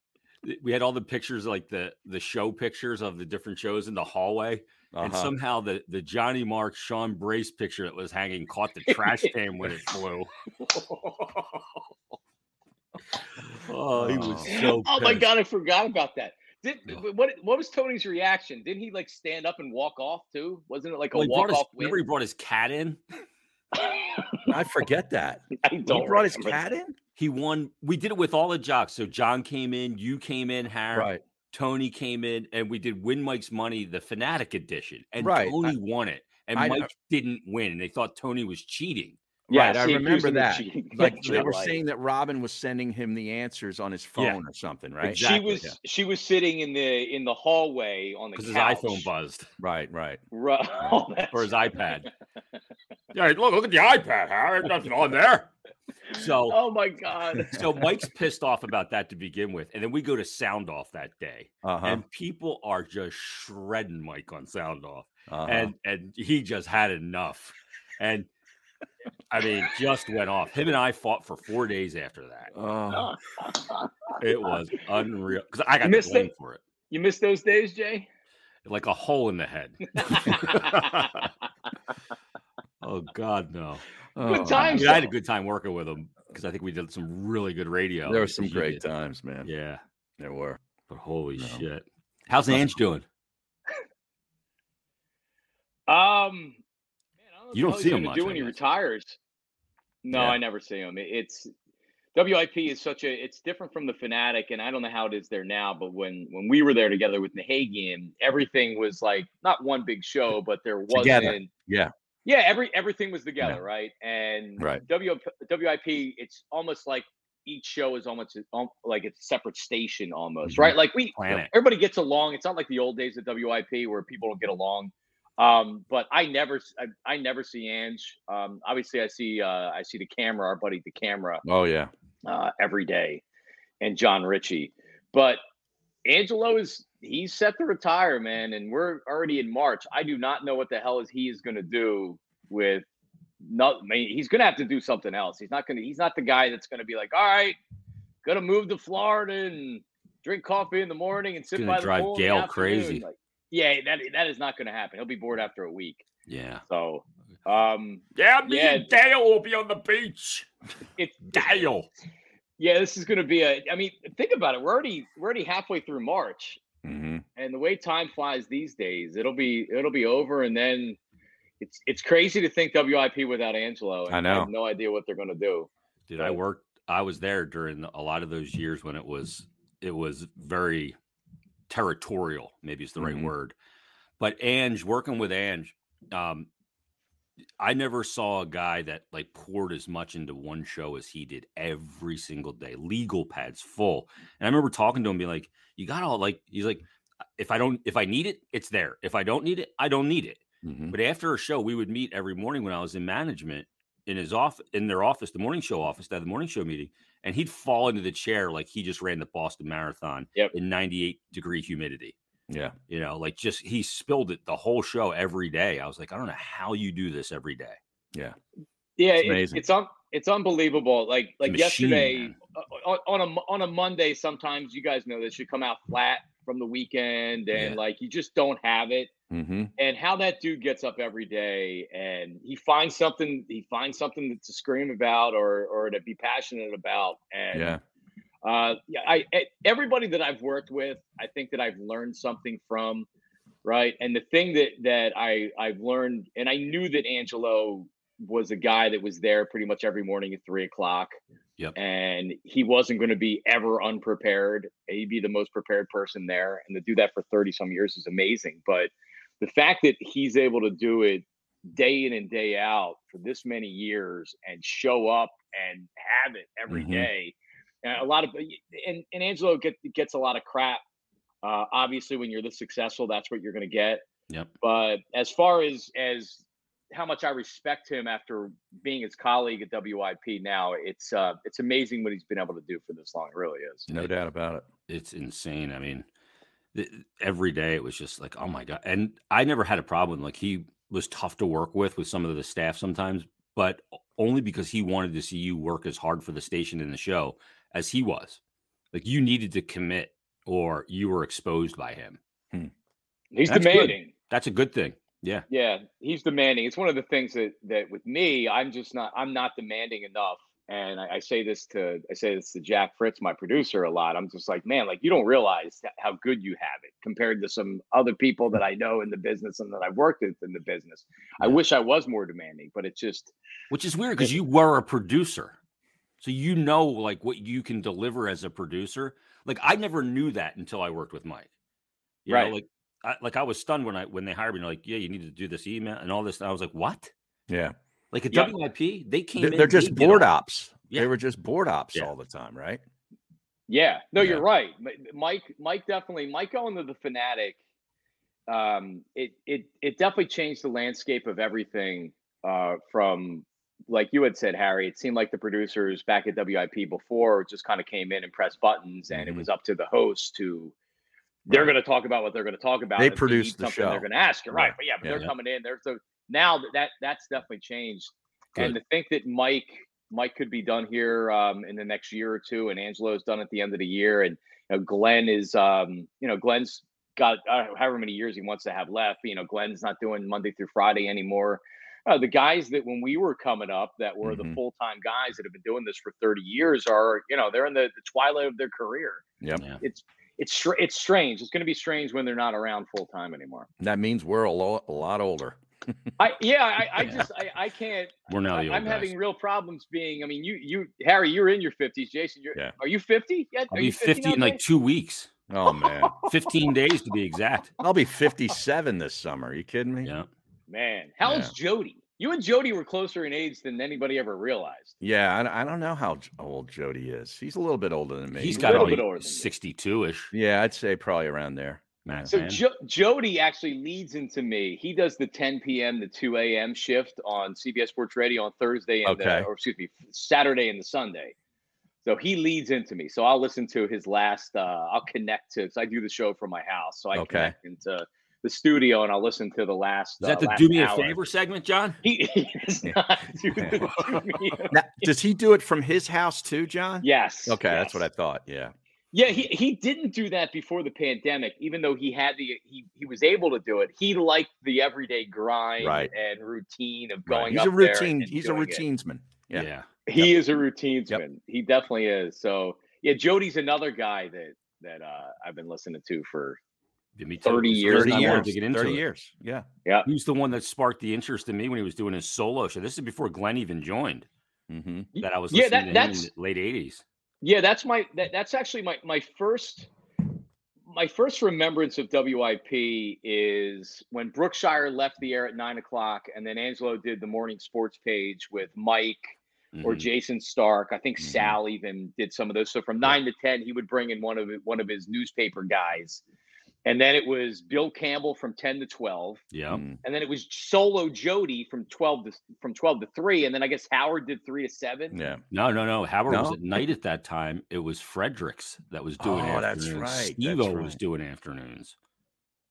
S1: th- we had all the pictures like the the show pictures of the different shows in the hallway and
S2: Uh-huh.
S1: somehow the the Johnny Mark Sean Brace picture that was hanging caught the trash can when it flew. oh, he was so
S3: oh my
S1: pissed.
S3: god, I forgot about that. Did
S1: No.
S3: what? What was Tony's reaction? Didn't he like stand up and walk off too? Wasn't it like a
S1: Well, he brought
S3: walk
S1: his,
S3: off win?
S1: remember he brought his cat in?
S2: I forget that.
S3: I don't
S2: he brought his
S3: remember
S2: cat
S3: that.
S2: in?
S1: He won. We did it with all the jocks. So John came in, you came in, Harry,
S2: Right.
S1: Tony came in, and we did Win Mike's Money, the Fanatic edition. And
S2: Right. I-
S1: Tony won it. And
S2: I-
S1: Mike didn't win. And they thought Tony was cheating.
S3: Yeah,
S2: right. I
S3: see, accused
S2: remember
S3: him of
S2: that.
S3: cheating.
S2: Like they
S3: Yeah,
S2: were
S3: right.
S2: saying that Robin was sending him the answers on his phone
S1: Yeah.
S2: or something, right?
S1: Exact- Exactly,
S3: she was she was sitting in the in the hallway on the
S1: Because his
S3: couch.
S1: iPhone buzzed
S2: Right, right.
S3: Ru- oh, that's-
S1: or his iPad. yeah, look, look at the iPad, Harry. There's nothing on there. So
S3: oh my god.
S1: so Mike's pissed off about that to begin with. And then we go to sound off that day.
S2: Uh-huh.
S1: And people are just shredding Mike on sound off.
S2: uh-huh.
S1: and and he just had enough and i mean just went off him and i fought for four days after that
S2: oh,
S1: it was unreal because i got
S3: Missed it.
S1: blamed for it
S3: You miss those days, Jay?
S1: like a hole in the head oh god no
S2: oh,
S1: I,
S3: times.
S1: mean, I had a good time working with him because i think we did some really good radio
S2: There were some
S1: He
S2: great
S1: did.
S2: times, man.
S1: yeah
S2: There were.
S1: but holy
S2: No.
S1: shit how's
S2: Nothing.
S1: Ange doing
S3: Um, man, I know
S1: You don't
S3: what the hell he's
S1: see him
S3: gonna
S1: much,
S3: do
S1: I
S3: when he
S1: guess.
S3: retires. No,
S1: Yeah.
S3: I never see him. It- It's WIP is such a it's different from the fanatic, and I don't know how it is there now, but when when we were there together with Nahagian, everything was like not one big show, but there wasn't
S2: Together. Yeah.
S3: yeah, every everything was together, right? And
S2: Right.
S3: WIP, WIP, it's almost like each show is almost al- like it's a separate station almost,
S1: Mhm.
S3: right? Like we
S1: Planet.
S3: everybody gets along. It's not like the old days of WIP where people don't get along. Um, but I never, s- I, I never see Ange. Um, obviously, I see, uh, I see the camera, our buddy, the camera,
S2: Oh yeah.
S3: uh, every day, and John Ritchie. But Angelo is he's set to retire, man, and we're already in March. I do not know what the hell is he is going to do with. Not, I mean, he's going to have to do something else. He's not going to. He's not the guy that's going to be like, all right, going to move to Florida and drink coffee in the morning and sit
S1: Gonna
S3: by the
S1: drive
S3: pool in the
S1: Gail
S3: afternoon."
S1: crazy.
S3: Like, yeah, that that is not going to happen. He'll be bored after a week.
S1: Yeah.
S3: So, um,
S1: Yeah,
S3: me and
S1: Dale will be on the beach.
S3: if
S1: Dale.
S3: Yeah, this is going to be a. I mean, think about it. We're already we're already halfway through March,
S2: hmm
S3: and the way time flies these days, it'll be it'll be over, and then it's it's crazy to think WIP without Angelo. and
S2: I know.
S3: have no idea what they're going to do.
S1: Did I
S3: Right.
S1: worked? I was there during a lot of those years when it was it was very territorial. Maybe is the
S2: Mhm.
S1: right word. But Ange, working with Ange, um, I never saw a guy that like poured as much into one show as he did every single day. Legal pads full, and I remember talking to him, being like, "You got all like." He's like, "If I don't, if I need it, it's there. If I don't need it, I don't need it."
S3: Mm-hmm.
S2: hmm
S1: But after a show, we would meet every morning when I was in management in his off in their office, the morning show office, that the morning show meeting, and he'd fall into the chair like he just ran the Boston Marathon
S3: Yep.
S1: in 98 degree humidity.
S2: Yeah.
S1: You know, like just he spilled it the whole show every day. I was like, I don't know how you do this every day.
S3: Yeah,
S2: It's
S3: it's
S2: amazing.
S3: it's, un, it's unbelievable. Like like
S1: machine,
S3: yesterday
S1: man.
S3: o- o- on a Mo- on a Monday, sometimes you guys know this you come out flat from the weekend,
S1: Yeah.
S3: and like you just don't have it.
S2: hmm
S3: and how that dude gets up every day and he finds something he finds something to scream about or or to be passionate about and
S2: Yeah.
S3: uh yeah I, e- everybody that i've worked with i think that i've learned something from right and the thing that that i i've learned and i knew that angelo was a guy that was there pretty much every morning at three o'clock
S1: Yep.
S3: and he wasn't going to be ever unprepared he'd be the most prepared person there and to do that for 30 some years is amazing but the fact that he's able to do it day in and day out for this many years and show up and have it every
S2: Mhm.
S3: day. And a lot of and, and Angelo get, gets a lot of crap. Uh, obviously, when you're this successful, that's what you're going to get.
S1: Yep.
S3: But as far as as how much I respect him after being his colleague at WIP now, it's uh, it's amazing what he's been able to do for this long. It really is.
S2: No doubt about it.
S1: it's insane. I mean, th- every day it was just like, oh my god. And I never had a problem. Like he was tough to work with with some of the staff sometimes, but o- only because he wanted to see you work as hard for the station and the show as he was. Like you needed to commit, or you were exposed by him.
S3: He's
S1: That's good.
S3: demanding.
S1: That's a good thing. Yeah,
S3: Yeah, he's demanding. It's one of the things that that with me, I'm just not I'm not demanding enough. And I, I say this to I say this to Jack Fritz, my producer, a lot. I'm just like, man, like you don't realize that how good you have it compared to some other people that I know in the business and that I've worked with in the business. I
S1: Yeah.
S3: wish I was more demanding, but it's just
S1: which is weird because you were a producer, so you know like what you can deliver as a producer. Like I never knew that until I worked with Mike. You know,
S3: Right.
S1: like I, like I was stunned when I when they hired me. Like, yeah, you need to do this email and all this. And I was like, what?
S2: Yeah.
S1: Like at
S3: Yeah.
S1: WIP, they came.
S2: They-
S1: in,
S2: They're just
S1: they did
S2: board
S1: all-
S2: ops. They
S1: Yeah.
S2: were just board ops
S1: Yeah.
S2: all the time, right?
S3: Yeah, no,
S2: Yeah.
S3: you're right. M- Mike, Mike definitely, Mike going to the fanatic. Um, it it it definitely changed the landscape of everything. Uh, from like you had said, Harry, it seemed like the producers back at WIP before just kind of came in and pressed buttons, and
S2: Mhm.
S3: it was up to the host to. They're
S2: Right.
S3: going to talk about what they're going to talk about.
S2: They
S3: If
S2: produce
S3: need
S2: the
S3: something,
S2: show.
S3: They're going to ask you, right?
S2: Yeah.
S3: But yeah, but
S2: Yeah.
S3: they're coming in. There's so now that, that that's definitely changed. And
S1: Good.
S3: to think that Mike Mike could be done here um, in the next year or two, and Angelo's done at the end of the year, and you know, Glenn is um, you know Glenn's got I don't know, however many years he wants to have left. You know, Glenn's not doing Monday through Friday anymore. Uh, the guys that when we were coming up that were
S1: Mm-hmm.
S2: Mhm.
S3: the full time guys that have been doing this for thirty years are you know they're in the, the twilight of their career.
S2: Yep.
S1: Yeah.
S3: It's it's str- it's strange. It's going to be strange when they're not around full time anymore.
S2: That means we're a, lo- a lot older.
S3: I yeah, I, I just I, I can't.
S1: We're now the old
S3: I'm
S1: guys.
S3: having real problems being. I mean, you you Harry, you're in your 50s. Jason, you're,
S2: Yeah.
S3: are you 50 yet?
S1: I'll
S3: are
S1: be
S3: you
S1: 50 in
S3: now,
S1: like
S3: Jason?
S1: two weeks,
S2: Oh man,
S1: 15 days to be exact.
S2: I'll be 57 this summer. Are you kidding me?
S1: Yeah.
S3: man. How old's Jody? You and Jody were closer in age than anybody ever realized.
S2: Yeah, I, I don't know how j- old Jody is. He's a little bit older than me.
S1: He's
S2: He's-
S1: got
S3: little
S1: to
S3: bit older
S1: be
S3: than me.
S1: 62 ish.
S2: yeah, I'd say probably around there.
S1: Matt,
S3: So
S1: man.
S3: jo- Jody actually leads into me. He does the 10 p.m. to 2 a.m. shift on CBS Sports Radio on Thursday and
S2: Okay.
S3: the, or excuse me, Saturday and the Sunday. So he leads into me. So I'll listen to his last. Uh, I'll connect to. So I do the show from my house. So I
S2: Okay.
S3: connect into the studio and I'll listen to the last.
S1: Is that
S3: uh,
S1: the
S3: last
S1: do me a
S3: hour.
S1: favor segment, John?
S3: He, he does not do the do me. a-
S2: Now, does he do it from his house too, John?
S3: Yes.
S2: Okay, that's
S3: yes.
S2: what I thought. Yeah.
S3: Yeah, he, he didn't do that before the pandemic, even though he had the he he was able to do it. He liked the everyday grind
S2: Right.
S3: and routine of
S2: Right.
S3: going.
S2: He's a
S3: up there
S2: routine.
S3: and
S2: He's a
S3: doing it.
S2: routinesman. Yeah.
S3: He is a routinesman. He definitely is. So yeah, Jody's another guy that that uh, I've been listening to for.
S1: Yeah, me
S3: 30
S1: It's the
S3: years.
S1: first time I wanted
S3: 30
S1: To get into
S2: 30
S1: it.
S2: years. Yeah.
S1: He's the one that sparked the interest in me when he was doing his solo show. This is before Glenn even joined.
S2: Mm-hmm.
S1: That I was
S3: Yeah,
S1: listening
S3: that-
S1: to him
S3: that's-
S1: in the late 80s.
S3: Yeah, that's my that, that's actually my my first my first remembrance of WIP is when Brookshire left the air at nine o'clock, and then Angelo did the morning sports page with Mike or
S2: Mm-hmm.
S1: Mhm.
S3: Jason Stark. I think
S2: Mhm.
S3: Sal even did some of those. So from nine to ten, he would bring in one of one of his newspaper guys, and then it was Bill Campbell from ten to twelve,
S2: Hmm.
S1: yeah.
S2: mm,
S3: and then it was solo Jody from twelve to from twelve to three, and then I guess Howard did three to seven.
S2: Yeah.
S1: No, no, no. Howard was
S2: No?
S1: at night at that time. It was Fredericks that was doing
S2: Oh, that's
S1: afternoons.
S2: right, that's
S1: Steve-O was
S2: right.
S1: doing afternoons.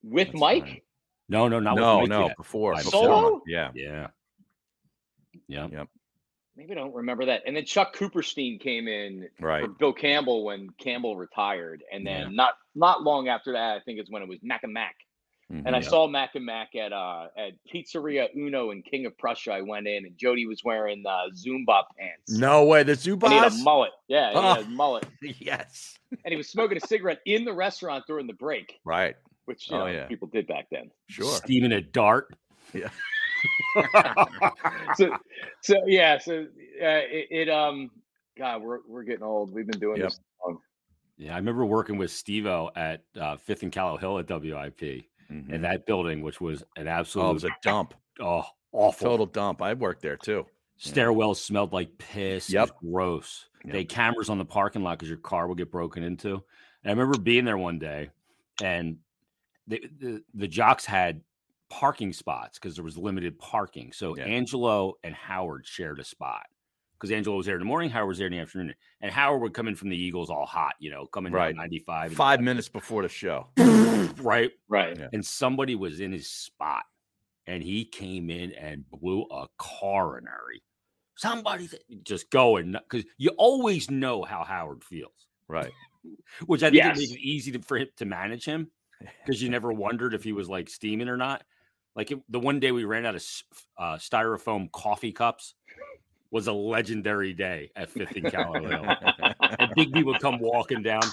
S3: With
S2: That's
S3: Mike,
S2: right.
S1: No, no, not
S2: no,
S1: with Mike
S2: no,
S1: yet.
S2: before.
S1: By
S2: before.
S3: Solo?
S2: Yeah.
S1: Yeah. Yeah.
S3: maybe I don't remember that. And then Chuck Cooperstein came in
S2: Right.
S3: for Bill Campbell when Campbell retired, and then
S1: Yeah.
S3: not not long after that, I think is when it was Mac and Mac.
S2: Mhm.
S3: And I
S1: Yeah.
S3: saw Mac and Mac at uh, at Pizzeria Uno in King of Prussia. I went in and Jody was wearing uh, Zumba pants.
S2: no way. The
S3: and he had a
S2: Zubas.
S3: mullet. Yeah, he had
S2: Oh.
S3: a mullet,
S2: yes.
S3: and he was smoking a cigarette in the restaurant during the break,
S2: Right.
S3: which you
S2: Oh,
S3: know,
S2: yeah.
S3: people did back then.
S2: Sure.
S1: Steaming a dart.
S2: Yeah.
S3: So, so yeah, so uh, it, it um, God, we're we're getting old. We've been doing
S2: Yep.
S3: this. Long.
S1: yeah. I remember working with Steve O at uh, Fifth and Callow Hill at WIP
S2: Mhm.
S1: and that building, which was an
S2: Oh, it
S1: absolute
S2: was a dump.
S1: oh, awful.
S2: Total dump. I worked there too.
S1: Stairwell smelled like piss. It was gross.
S2: Yep.
S1: They had cameras on the parking lot because your car would get broken into. And I remember being there one day, and the the, the jocks had parking spots because there was limited parking. So
S2: Yeah.
S1: Angelo and Howard shared a spot because Angelo was there in the morning, Howard was there in the afternoon, and Howard would come in from the Eagles all hot, you know, coming
S2: Right.
S1: right. ninety five,
S2: Five minutes before the show.
S1: right?
S3: Right.
S2: Yeah.
S1: and somebody was in his spot and he came in and blew a coronary. Somebody's just going because you always know how Howard feels,
S2: Right.
S1: which I think
S3: Yes.
S1: it makes it easy to, for him to manage him because you never wondered if he was like steaming or not. Like it, the one day we ran out of s- uh, styrofoam coffee cups was a legendary day at Fifth and Callow Hill. and Digby would come walking down.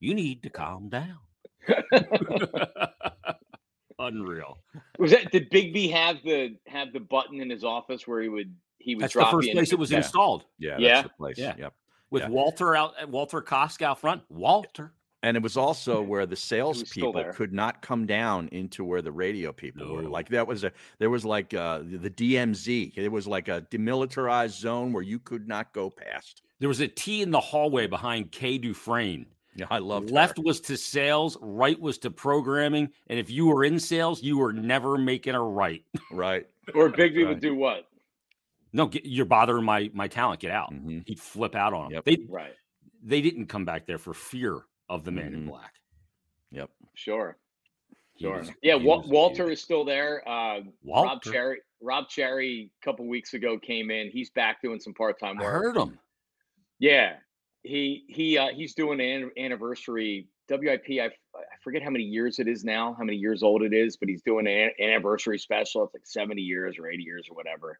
S1: You need to calm down. Unreal.
S3: Was that did Bigby have the have the button in his office where he would he would
S1: That's the
S3: drop
S1: first
S3: you
S1: place it was
S2: Yeah.
S1: installed
S2: yeah.
S3: Yeah.
S2: That's the place.
S1: Yeah.
S2: Yep.
S1: with
S2: Yeah.
S1: Walter out, uh, Walter Kosk out front. Walter,
S2: And it was also where the
S3: was still
S2: salespeople
S3: there.
S2: could not come down into where the radio people were.
S1: No.
S2: Like that was a there was like uh the DMZ. It was like a demilitarized zone where you could not go past.
S1: there was a T in the hallway behind Kay Dufresne.
S2: Yeah, I loved
S1: Left
S2: her.
S1: was to sales, right was to programming, and if you were in sales, you were never making a right.
S2: right.
S3: or Bigby
S2: Right.
S3: would do what?
S1: No, get, you're bothering my my talent. Get
S3: Mm.
S1: out.
S2: Mhm.
S1: He'd flip out on him.
S2: Yep.
S1: They
S3: Right.
S1: they didn't come back there for fear of the man in
S2: Mhm.
S1: black.
S2: Yep.
S3: Sure.
S1: He
S3: Mm-hmm. Sure.
S1: was-
S3: yeah,
S1: he
S3: Wa-
S1: was a
S3: Walter
S1: dude.
S3: is still there. Uh, Rob
S1: Walter,
S3: Cherry. Rob Cherry a couple weeks ago came in. He's back doing some part time
S1: I
S3: work.
S1: heard him.
S3: Yeah, he he uh, he's doing an an- anniversary WIP. I, f- I forget how many years it is now, how many years old it is, but he's doing an an anniversary special. It's like seventy years or eighty years or whatever.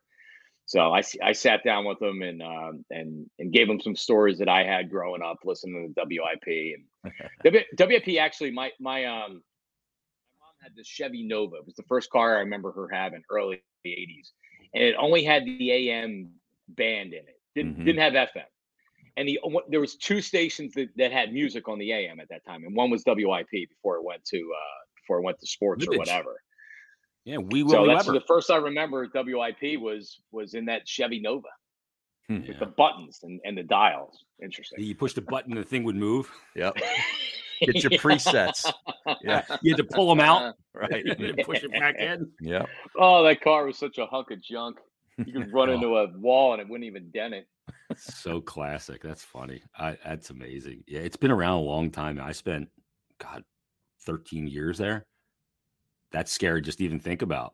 S3: So I, s- I sat down with him and um, and and gave him some stories that I had growing up listening to WIP and W- WIP actually my my um my mom had this Chevy Nova. It was the first car I remember her having early the 80s. And it only had the AM band in it. Didn't
S2: Mhm.
S3: didn't have FM. And the one- there was two stations that, that had music on the AM at that time, and one was WIP before it went to uh, before it went to sports or
S1: Village.
S3: whatever.
S1: Yeah, we
S3: so
S1: will
S3: that's
S1: Weber.
S3: the first I remember WIP was was in that Chevy Nova
S2: Hmm.
S3: with
S1: Yeah.
S3: the buttons and, and the dials. Interesting.
S1: You push the button, the thing would move.
S2: Yep. Get your presets. Yeah.
S1: You had to pull them out
S2: Right.
S1: and then push it back in.
S2: Yeah.
S3: Uh, Oh, that car was such a hunk of junk. You could run into a wall and it wouldn't even dent it.
S1: So classic. That's funny. I, that's amazing. Yeah, it's been around a long time. I spent, God, 13 years there. That's scary just to even think about.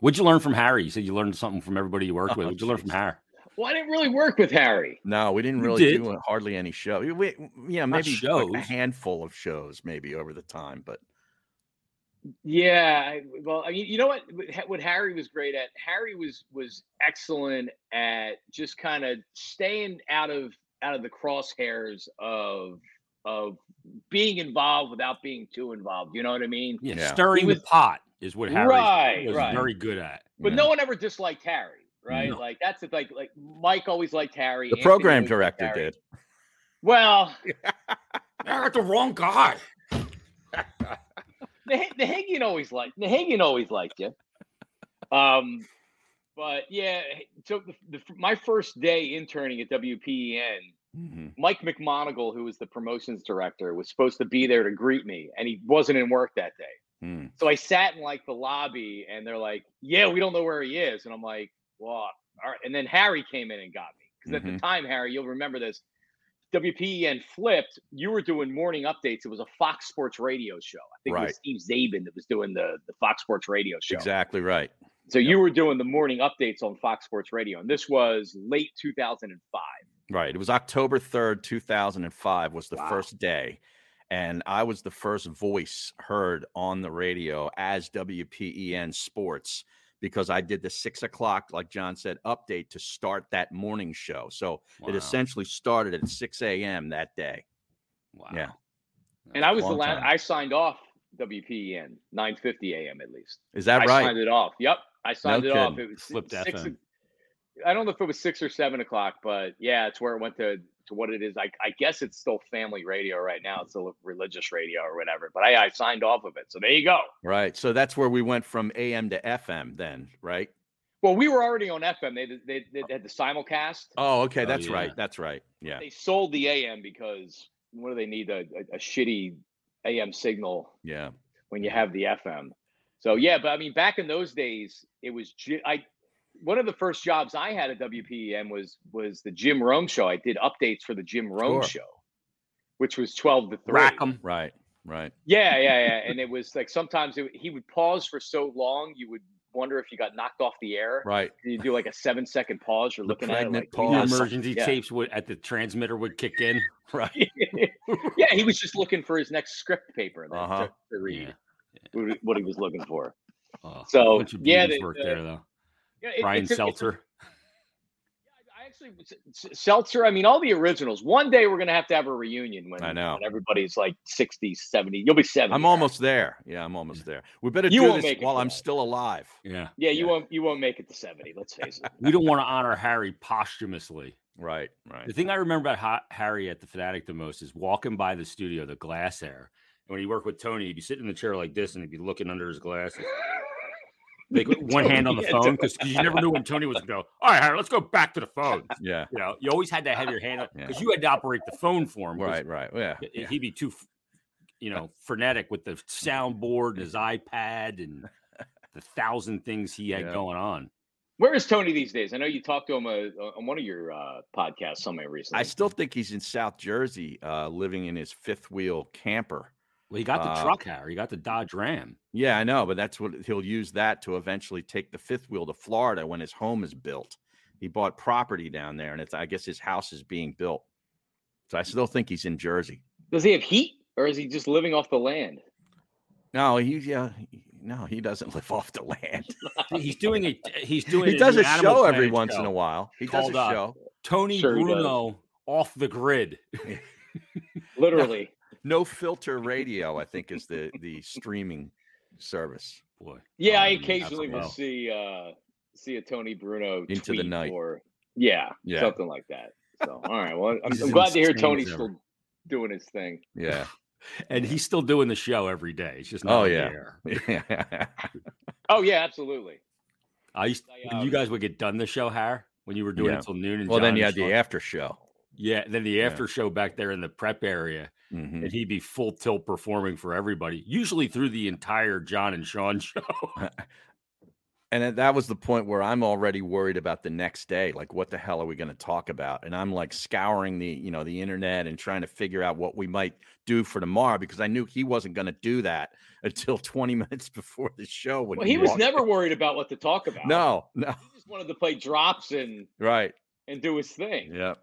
S1: What'd you learn from Harry? You said you learned something from everybody you worked with.
S2: Oh,
S1: What'd you learn from
S2: jeez.
S1: Harry?
S3: Well, I didn't really work with Harry.
S2: No, we didn't
S1: You
S2: really
S1: did.
S2: do hardly any show. We- We, yeah,
S1: Not
S2: maybe like a
S1: shows.
S2: handful of shows, maybe over the time. But
S3: Yeah, I- well, I mean, you know what? What Ha- What Harry was great at, Harry was was excellent at just kind of staying out of out of the crosshairs of of being involved without being too involved. You know what I mean?
S1: Yeah,
S2: Yeah.
S1: stirring
S3: was-
S1: the pot is what Harry
S3: Right,
S1: was
S3: right.
S1: very good at.
S3: But
S2: Yeah.
S3: no one ever disliked Harry, right?
S1: No.
S3: Like that's the, like like Mike always liked Harry.
S2: the
S3: Anthony
S2: program
S3: always liked
S2: director
S3: Harry.
S2: did.
S3: Well,
S1: Ah, I got the wrong guy.
S3: Nah- Nahagian always liked Nahagian always liked you. Um, but yeah, so the, the, my first day interning at WPEN,
S2: Mhm.
S3: Mike McMonagle, who was the promotions director, was supposed to be there to greet me, and he wasn't in work that day.
S2: Mm.
S3: So I sat in like the lobby, and they're like, "Yeah, we don't know where he is," and I'm like, "Well, all right." And then Harry came in and got me because at the
S2: Mhm.
S3: time, Harry, you'll remember this. WPEN flipped. You were doing morning updates. It was a Fox Sports radio show. I think
S2: Right.
S3: it was Steve Zabin that was doing the, the Fox Sports radio show.
S2: Exactly right.
S3: So you were doing the morning updates on Fox Sports Radio, and this was late 2005.
S2: Right. It was October 3rd, 2005 was the
S3: Wow.
S2: first day. And I was the first voice heard on the radio as WPEN Sports because I did the six o'clock, like John said, update to start that morning show. So it essentially started at 6 a.m. that day.
S1: wow.
S2: yeah.
S3: And I was the
S2: long
S3: last.
S2: time.
S3: I signed off E WPEN 9:50 a.m. at least.
S2: Is that
S3: I
S2: right?
S3: signed it off. Yep, I signed it off.
S2: kidding.
S3: It was
S1: Flipped
S3: six.
S1: FM.
S3: I don't know if it was six or seven o'clock, but yeah, it's where it went to to what it is. I, I guess it's still family radio right now. It's still religious radio or whatever. But I, I signed off of it. So there you go.
S2: Right. So that's where we went from AM to FM then, right?
S3: Well, we were already on FM. They did- they, they had the simulcast.
S2: Oh, okay.
S1: Oh,
S2: That's
S1: yeah.
S2: right. That's right. Yeah.
S3: They sold the AM because what do they need a, a, a shitty AM signal
S2: Yeah.
S3: when you have the FM. So yeah, but I mean, back in those days, it was Ji- I. One of the first jobs I had at WPEM was was the Jim Rome show. I did updates for the Jim Rome
S2: Sure.
S3: show, which was twelve to three.
S1: Rack 'em.
S2: Right. Right.
S3: Yeah, yeah, yeah. and it was like sometimes it, he would pause for so long, you would wonder if you got knocked off the air.
S2: Right.
S3: You do like a seven second pause. You're
S2: The
S3: looking at it
S2: pregnant
S3: like
S1: The
S2: Pause.
S1: emergency
S3: Yeah.
S1: tapes would at the transmitter would kick in.
S2: Right.
S3: yeah, he was just looking for his next script paper that-
S2: Uh-huh.
S3: to, to read.
S1: Yeah.
S3: what- What he was looking for.
S1: Oh,
S3: So,
S1: bunch of
S3: yeah,
S1: beauties
S3: the-
S1: work
S3: the-
S1: there though.
S3: Yeah, it-
S1: Brian
S3: it's a- it's a-
S1: Seltzer.
S3: I actually S- S- Seltzer. I mean, all the originals. One day we're gonna have to have a reunion when
S2: I know.
S3: when everybody's like 60, 70. You'll be 70.
S2: I'm almost there. Yeah, I'm almost there. We better
S3: You
S2: do
S3: won't
S2: this
S3: make it
S2: while
S3: to
S2: I'm
S3: that.
S2: still alive.
S1: Yeah,
S3: Yeah, you
S2: yeah.
S3: won't. You won't make it to 70. Let's face it.
S1: we don't want to honor Harry posthumously.
S2: Right,
S1: The
S2: right.
S1: thing I remember about Ha- Harry at the Fanatic the most is walking by the studio, the glass air. And when he worked with Tony, he'd be sitting in the chair like this and he'd be looking under his glasses, like with one hand on the
S3: Yeah,
S1: phone, because you never knew when Tony was going to go, All right, Harry, let's go back to the phone.
S2: Yeah,
S1: You know, you always had to have your hand up
S2: Yeah.
S1: because you had to operate the phone for him. 'cause
S2: right, right. Yeah.
S1: it-
S2: yeah.
S1: He'd be too, f- you know, frenetic with the soundboard and his iPad and the thousand things he had
S2: Yeah.
S1: going on.
S3: Where is Tony these days? I know you talked to him uh, on one of your uh, podcasts somewhere recently.
S2: I still think he's in South Jersey, uh, living in his fifth wheel camper.
S1: Well, he got the
S2: Uh,
S1: truck, Harry. He got the Dodge Ram.
S2: Yeah, I know, but that's what he'll use that to eventually take the fifth wheel to Florida when his home is built. He bought property down there, and it's I guess his house is being built. So I still think he's in Jersey.
S3: Does he have heat, or is he just living off the land?
S2: No, he's yeah, he- no, he doesn't live off the land.
S1: He's doing a he's doing
S2: He
S1: an
S2: does a
S1: Animal
S2: show every
S1: Planet
S2: once in
S1: show.
S2: a while. He does a
S1: called, uh,
S2: show.
S1: Tony
S3: Sure he does.
S1: Bruno off the grid.
S3: Literally.
S2: No Filter Radio, I think, is the the streaming service.
S1: Boy,
S3: Yeah, I
S1: Um, that's
S3: occasionally will
S1: well.
S3: see. Uh, see a Tony Bruno
S2: Into the
S3: tweet
S2: night.
S3: or yeah,
S2: Yeah.
S3: something like that. So all right, well, I'm,
S1: He's
S3: I'm
S1: as
S3: glad to hear
S1: insane as
S3: Tony's
S1: ever.
S3: still doing his thing.
S2: Yeah.
S1: and he's still doing the show every day. It's just not
S2: Oh,
S1: on the
S2: yeah.
S1: air.
S3: Oh yeah, absolutely.
S1: I used
S3: I,
S1: when you
S3: um,
S1: guys would get done the show, Har, when you were doing
S2: Yeah.
S1: it till noon. And
S2: well, then
S1: John
S2: you had
S1: and
S2: the
S1: Sean-
S2: after show.
S1: yeah, then the
S2: Yeah.
S1: after show back there in the prep area,
S2: Mhm.
S1: and he'd be full tilt performing for everybody, usually through the entire John and Sean show.
S2: And that- that was the point where I'm already worried about the next day. Like, what the hell are we going to talk about? And I'm like scouring the, you know, the internet and trying to figure out what we might do for tomorrow because I knew he wasn't going to do that until 20 minutes before the show. When
S3: Well, he was
S2: walked-
S3: never worried about what to talk about.
S2: No, no,
S3: he just wanted to play drops and
S2: right.
S3: and do his thing.
S2: Yeah.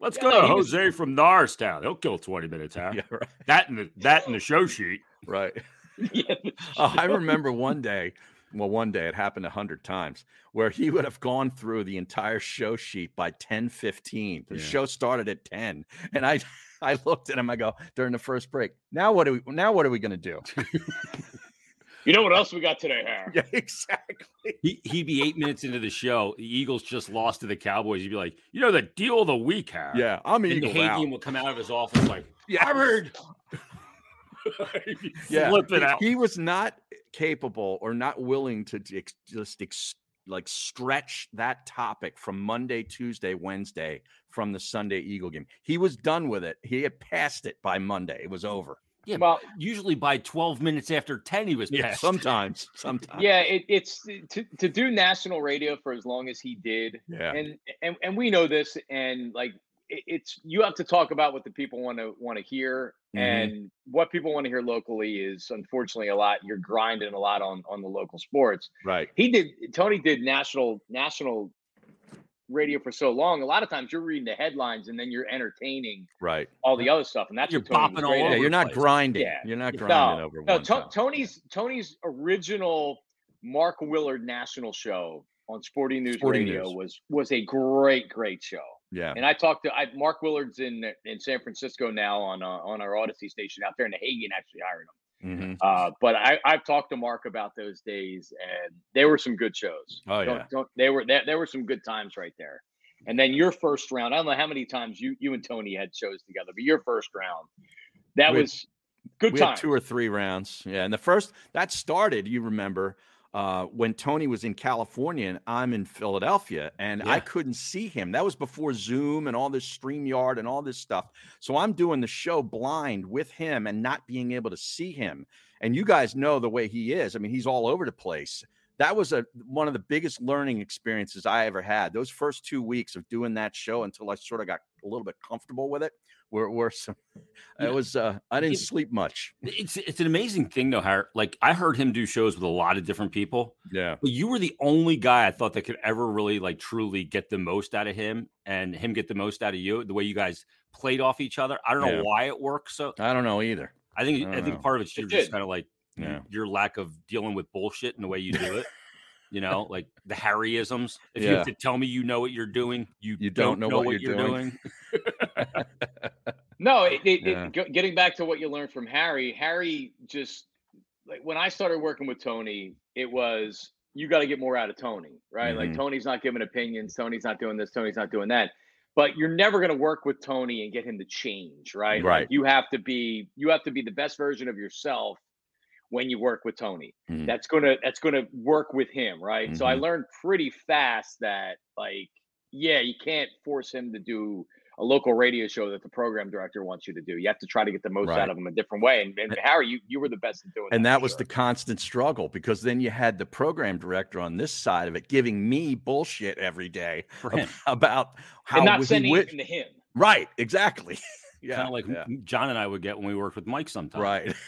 S1: Let's
S3: Yeah,
S1: go
S3: no,
S1: to
S3: he was-
S1: Jose from Norristown. He'll kill twenty minutes, Har.
S2: Yeah. Right.
S1: That and the that and the show sheet.
S2: Right.
S3: Yeah.
S2: Oh, I remember one day. Well, one day it happened a hundred times where he would have gone through the entire show sheet by ten fifteen. The
S1: Yeah.
S2: show started at ten, and I I looked at him. I go during the first break. Now what do we? Now what are we going to do?
S3: You know what else we got today, Harry?
S2: yeah, exactly.
S1: He he'd be eight minutes into the show. The Eagles just lost to the Cowboys. He'd be like, you know, the deal of the week, Har.
S2: Yeah, I'm
S1: And
S2: eagle out.
S1: Hagian would come out of his office like,
S2: Yeah.
S1: Hubbard.
S2: Yeah.
S1: Flip it
S2: he-
S1: out.
S2: He was not capable or not willing to j- ex- just ex- like stretch that topic from Monday, Tuesday, Wednesday from the Sunday Eagle game. He was done with it. He had passed it by Monday. It was over.
S1: Yeah,
S3: Well,
S1: usually by 12 minutes after 10, he was pissed.
S2: sometimes, sometimes.
S3: yeah, it, it's to, to do national radio for as long as he did,
S2: yeah,
S3: and and and we know this, and like it, it's you have to talk about what the people want to want to hear,
S2: Mhm.
S3: and what people want to hear locally is unfortunately a lot. You're grinding a lot on on the local sports.
S2: right.
S3: he did Tony did national national radio for so long. A lot of times you're reading the headlines and then you're entertaining
S2: Right.
S3: all the other stuff, and that's
S1: You're
S3: what Tony was
S1: bopping all
S3: great at.
S2: Yeah,
S1: over
S2: you're
S1: the
S2: not
S1: place.
S2: grinding.
S3: Yeah.
S2: You're not grinding
S3: no,
S2: over
S3: no,
S2: one.
S3: To-
S2: topic.
S3: Tony's Tony's original Mark Willard national show on Sporting News
S2: Sporting
S3: Radio
S2: News.
S3: was was a great great show.
S2: yeah.
S3: And I talked to I, Mark Willard's in in San Francisco now on uh, on our Odyssey station out there in the Hagen actually hiring him.
S2: mhm.
S3: Uh, but I, I've talked to Mark about those days, and they were some good shows.
S2: Oh,
S3: Don't-
S2: yeah.
S3: don't- they were there. There were some good times right there. And then your first round. I don't know how many times you you and Tony had shows together, but your first round, that
S2: We had-
S3: was good
S2: we
S3: time.
S2: had two or three rounds. Yeah, and the first that started, you remember, uh, when Tony was in California and I'm in Philadelphia, and I
S1: Yeah.
S2: couldn't see him. That was before Zoom and all this StreamYard and all this stuff. So I'm doing the show blind with him and not being able to see him. And you guys know the way he is. I mean, he's all over the place. That was a one of the biggest learning experiences I ever had. Those first two weeks of doing that show until I sort of got a little bit comfortable with it were, were some.
S1: Yeah.
S2: It was. Uh, I didn't
S1: It-
S2: sleep much.
S1: It's it's an amazing thing though, Har. Like I heard him do shows with a lot of different people,
S2: Yeah.
S1: but you were the only guy I thought that could ever really like truly get the most out of him and him get the most out of you. The way you guys played off each other, I don't know
S2: Yeah.
S1: why it worked. So
S2: I don't know either.
S1: I think
S2: I
S1: I,
S2: don't
S1: think
S2: know.
S1: part of it's
S3: It
S1: you're just
S3: did.
S1: kind of like
S2: Yeah.
S1: your lack of dealing with bullshit and the way you do it. You know, like the Harryisms. If you
S2: Yeah.
S1: have to tell me you know what you're doing, you,
S2: You don't know what you're doing.
S3: No, it, it,
S2: Yeah.
S3: it, g- getting back to what you learned from Harry, Harry just like when I started working with Tony, it was you got to get more out of Tony, right?
S2: Mhm.
S3: Like Tony's not giving opinions, Tony's not doing this, Tony's not doing that. But you're never going to work with Tony and get him to change, right? Like,
S2: Right.
S3: you have to be you have to be the best version of yourself when you work with Tony.
S2: Mhm.
S3: That's going to that's going to work with him, right? So I
S2: Mhm.
S3: learned pretty fast that like yeah, you can't force him to do a local radio show that the program director wants you to do. You have to try to get the most
S2: Right.
S3: out of them a different way. And, and Harry, you, you were the best at doing
S2: And
S3: that
S2: that was the constant struggle because then you had the program director on this side of it giving me bullshit every day
S1: For
S2: ab-
S1: him.
S2: about
S3: the
S2: how
S3: and not
S2: was
S3: sending
S2: he
S3: it
S2: wi-
S3: to him.
S2: right exactly. yeah,
S1: kind of like
S2: yeah,
S1: John and I would get when we worked with Mike sometimes.
S2: right.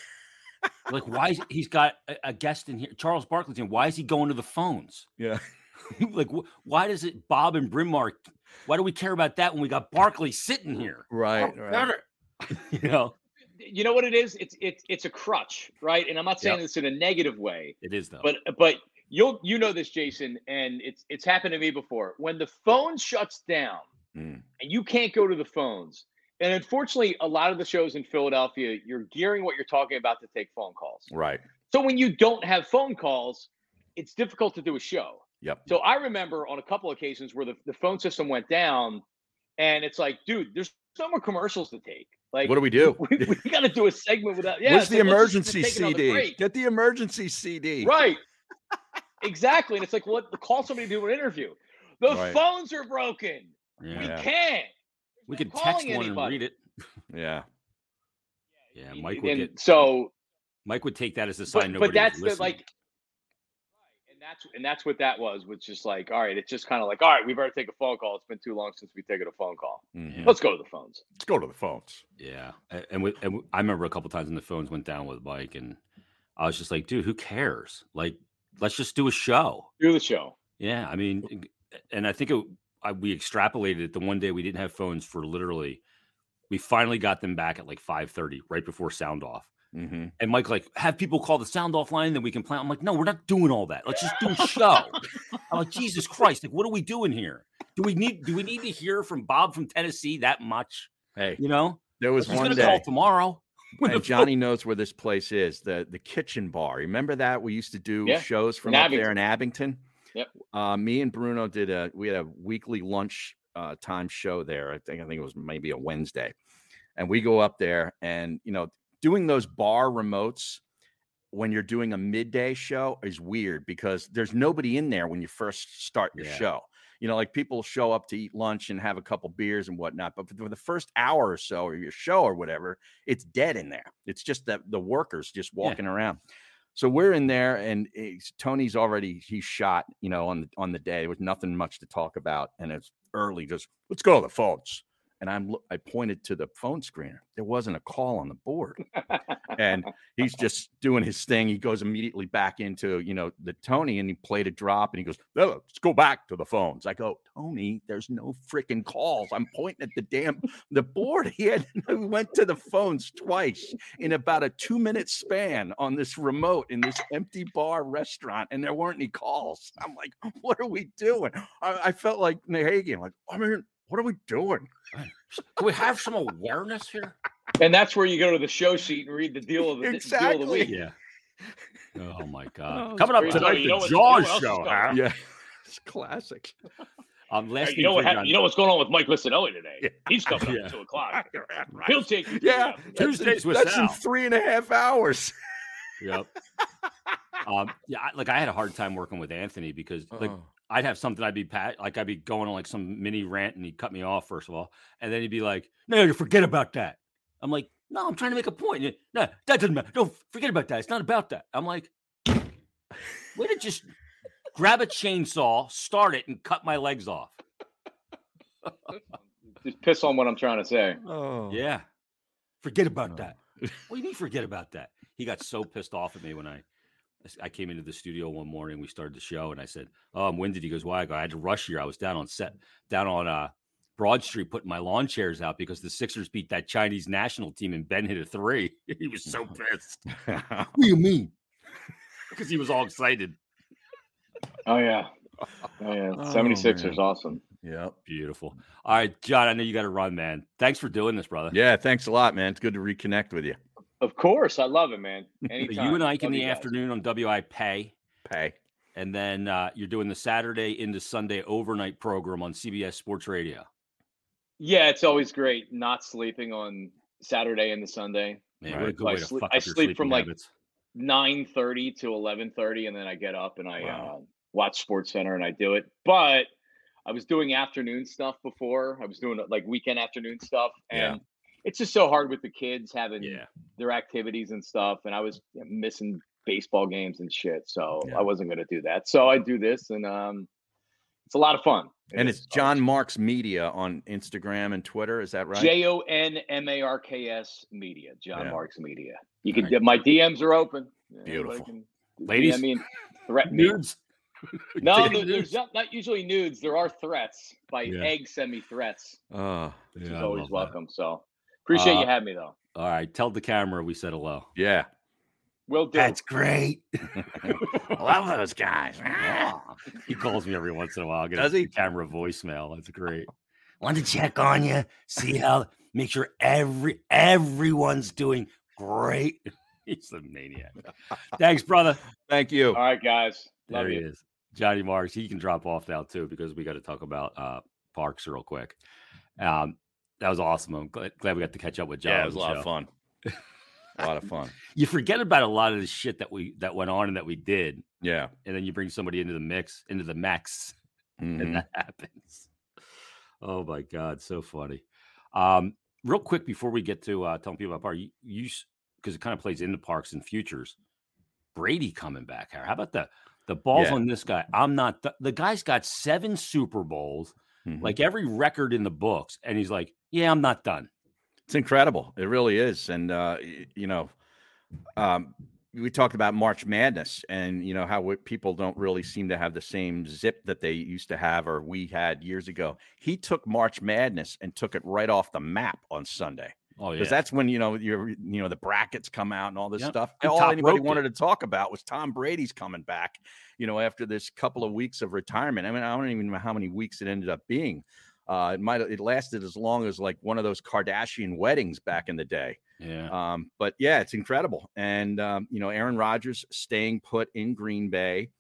S1: Like, why is, he's got a, a guest in here, Charles Barkley's in. Why is he going to the phones?
S2: Yeah,
S1: like, wh- why does it Bob and Brynmar? Why do we care about that when we got Barkley sitting here?
S2: right.
S1: Oh,
S2: right.
S1: You know,
S3: You know what it is? It's it's it's a crutch, right? And I'm not saying
S2: Yeah.
S3: this in a negative way,
S1: it is though.
S3: but but you'll you know this, Jason, and it's it's happened to me before. When the phone shuts down
S2: Mm.
S3: and you can't go to the phones, and unfortunately, a lot of the shows in Philadelphia, you're gearing what you're talking about to take phone calls.
S2: Right.
S3: So when you don't have phone calls, it's difficult to do a show.
S2: Yep.
S3: So I remember on a couple occasions where the, the phone system went down, and it's like, dude, there's no more commercials to take. Like,
S2: what do we do?
S3: we, we got to do a segment without. Yeah,
S2: Where's
S3: it's
S2: the
S3: like, let's just
S2: emergency
S3: take another
S2: CD?
S3: break.
S2: Get the emergency CD.
S3: Right. exactly. And it's like, what? Call somebody to do an interview. The
S2: Right.
S3: phones are broken. We
S1: Yeah.
S2: Yeah.
S3: can't.
S1: We
S3: Not
S1: could text
S3: calling
S1: one and
S3: anybody.
S1: read it.
S2: Yeah.
S1: Yeah, Mike would
S3: and
S1: get
S3: so
S1: Mike would take that as a sign
S3: but,
S1: nobody
S3: but
S1: was
S3: that's the
S1: listening.
S3: like and that's and that's what that was was just like all right it's just kind of like all right we better take a phone call it's been too long since we taken a phone call
S2: Mhm.
S1: Yeah.
S3: let's go to the phones
S2: Let's go to the phones.
S1: Yeah, a- and, with, and w- I remember a couple times when the phones went down with Mike, and I was just like, dude, who cares? Like, let's just do a show.
S3: do the show
S1: Yeah, I mean, g- and I think it, I, we extrapolated it. The one day we didn't have phones for literally, we finally got them back at like five thirty, right before sound off.
S2: Mhm.
S1: And Mike like have people call the sound off line, then we can plan. I'm like, no, we're not doing all that. Let's just do a show. I'm like, Jesus Christ, like what are we doing here? Do we need do we need to hear from Bob from Tennessee that much?
S2: Hey,
S1: You know,
S2: there was
S1: he's
S2: one
S1: gonna
S2: day.
S1: call tomorrow. when
S2: and
S1: the
S2: Johnny knows where this place is. The the kitchen bar. Remember that we used to do
S3: Yeah,
S2: shows from
S3: in
S2: up there in Abington.
S3: Yep.
S2: Uh, me and Bruno did a we had a weekly lunch uh, time show there. I think I think it was maybe a Wednesday, and we go up there and you know doing those bar remotes when you're doing a midday show is weird because there's nobody in there when you first start your
S1: Yeah.
S2: show. You know, like people show up to eat lunch and have a couple beers and whatnot, but for the first hour or so of your show or whatever, it's dead in there. It's just that the workers just walking around. So we're in there, and it's, Tony's already he's shot. You know, on the on the day, there was nothing much to talk about, and it's early. Just let's go to the phones. And I'm lo- I pointed to the phone screener. There wasn't a call on the board, and he's just doing his thing. He goes immediately back into you know the Tony, and he played a drop, and he goes, "No, "Let's go back to the phones." I go, "Tony, there's no freaking calls. I'm pointing at the damn the board he had he went to the phones twice in about a two minute span on this remote in this empty bar restaurant and there weren't any calls i'm like what are we doing i, I felt like Nahagian, like i mean what are we doing
S1: Can we have some awareness here?
S3: and that's where you go to the show sheet and read the deal of the deal of the
S2: Exactly.
S3: week
S1: Yeah. Oh my
S2: Oh,
S1: God!
S2: it's
S1: Coming up
S2: crazy.
S1: tonight,
S3: You know
S1: the
S3: what- you know
S1: Jaws
S3: what else is
S1: show.
S3: going
S1: Huh?
S3: on?
S2: yeah it's classic
S1: Um, last thing
S3: Hey, you know
S1: before
S3: what
S1: we
S3: hap-
S1: go-
S3: you know what's going on with mike Missinelli today
S2: Yeah.
S3: he's coming up
S1: Yeah.
S3: at two o'clock he'll
S2: Right.
S3: take you
S2: yeah
S3: through that.
S2: that's in-
S1: Tuesdays with
S2: that's in
S1: Sal.
S2: three and a half hours
S1: Yep. um, yeah, I, like I had a hard time working with Anthony because like
S2: Uh-oh.
S1: I'd have something I'd be pat like I'd be going on like some mini rant and he'd cut me off first of all, and then he'd be like, "No, you forget about that." I'm like, "No, I'm trying to make a point." And, No, that doesn't matter. Don't forget about that. It's not about that. I'm like, "Way to just grab a chainsaw, start it, and cut my legs off."
S3: uh, just piss on what i'm trying to say
S2: oh
S1: Yeah. Forget about
S2: No.
S1: that. What do you mean forget about that? He got so pissed off at me when I I came into the studio one morning. We started the show and I said, Oh, I'm winded. He goes, Why? I go, I had to rush here. I was down on set, down on uh Broad Street putting my lawn chairs out because the Sixers beat that Chinese national team and Ben hit a three. he was so pissed. What do you mean? Because he was all excited.
S3: oh yeah oh yeah
S2: Oh,
S3: 76
S2: man.
S3: is awesome
S2: yep
S1: Beautiful. All right, John, I know you got to run, man. Thanks for doing this, brother.
S2: yeah thanks a lot man it's good to reconnect with you
S3: of course i love it man Anytime.
S1: You and Ike in
S3: Love
S1: the
S3: you guys.
S1: afternoon on WI Pay.
S2: pay
S1: and then uh, you're doing the Saturday into Sunday overnight program on CBS Sports Radio.
S3: Yeah, it's always great not sleeping on Saturday and the Sunday.
S1: Man,
S2: Right.
S1: what a good
S3: I
S1: way to
S3: sleep-
S1: fuck
S3: I
S1: up your
S3: sleep from,
S1: sleeping
S3: like,
S1: habits.
S3: Nine thirty to eleven thirty, and then I get up and I
S2: Wow.
S3: uh, watch Sports Center and I do it. But I was doing afternoon stuff before. I was doing uh, like weekend afternoon stuff,
S2: Yeah.
S3: and it's just so hard with the kids having
S1: Yeah,
S3: their activities and stuff. And I was missing baseball games and shit, so
S2: Yeah.
S3: I wasn't gonna do that. So I do this, and um, it's a lot of fun. It
S2: and
S3: is.
S2: it's john marks media on instagram and twitter is that right
S3: J O N M A R K S Media, John
S2: Yeah.
S3: Marks Media. You can
S1: Alright.
S3: get my DMs are open. Everybody
S2: Beautiful.
S3: can
S1: Ladies?
S3: I mean, threaten me.
S1: nudes.
S3: No,
S1: Taking
S3: there- there's
S1: nudes.
S3: not, not usually nudes. There are threats by
S1: Yeah.
S3: egg semi threats,
S2: Oh,
S3: which
S1: Yeah,
S3: is
S1: I
S3: always
S1: love that.
S3: welcome. So appreciate
S1: Uh,
S3: you having me though.
S1: All right, tell the camera we said hello.
S2: yeah.
S3: Will do.
S1: great.
S2: Love those guys.
S1: he calls me every once in a while. I Get
S2: Does
S1: a
S2: he?
S1: Camera voicemail. That's great. Want to check on you, see how, make sure every everyone's doing great. He's a maniac. Thanks, brother.
S2: Thank you.
S3: All right, guys. Love
S1: there
S3: you.
S1: he is. Johnny Marks. He can drop off now too because we got to talk about uh, Parks real quick. Um, that was awesome. I'm glad, glad we got to catch up with John.
S2: yeah,
S1: on
S2: it was a
S1: the
S2: lot
S1: show.
S2: of fun. a lot of fun.
S1: You forget about a lot of the shit that we that went on and that we did,
S2: Yeah.
S1: and then you bring somebody into the mix, into the max,
S2: Mhm.
S1: and that happens. Mm-hmm. Oh my god, so funny. Um, real quick before we get to uh, telling people about Park, you because it kind of plays into Parks and Futures. Brady coming back here. How about the the balls
S2: Yeah.
S1: on this guy? I'm not the, the guy's got seven Super Bowls,
S2: Mhm.
S1: like every record in the books, and he's like, yeah, I'm not done.
S2: It's incredible. It really is. And uh, y- you know, um, we talked about March Madness, and you know how we, people don't really seem to have the same zip that they used to have or we had years ago. He took March Madness and took it right off the map on Sunday
S1: Oh yeah,
S2: because that's when you know your you know the brackets come out and all this
S1: Yep.
S2: stuff.
S1: He
S2: all
S1: top
S2: anybody
S1: roped it.
S2: wanted to talk about was Tom Brady's coming back. You know, after this couple of weeks of retirement. I mean, I don't even know how many weeks it ended up being. Uh, it might it lasted as long as like one of those Kardashian weddings back in the day.
S1: yeah.
S2: Um, but yeah, it's incredible. And um, you know, Aaron Rodgers staying put in Green Bay,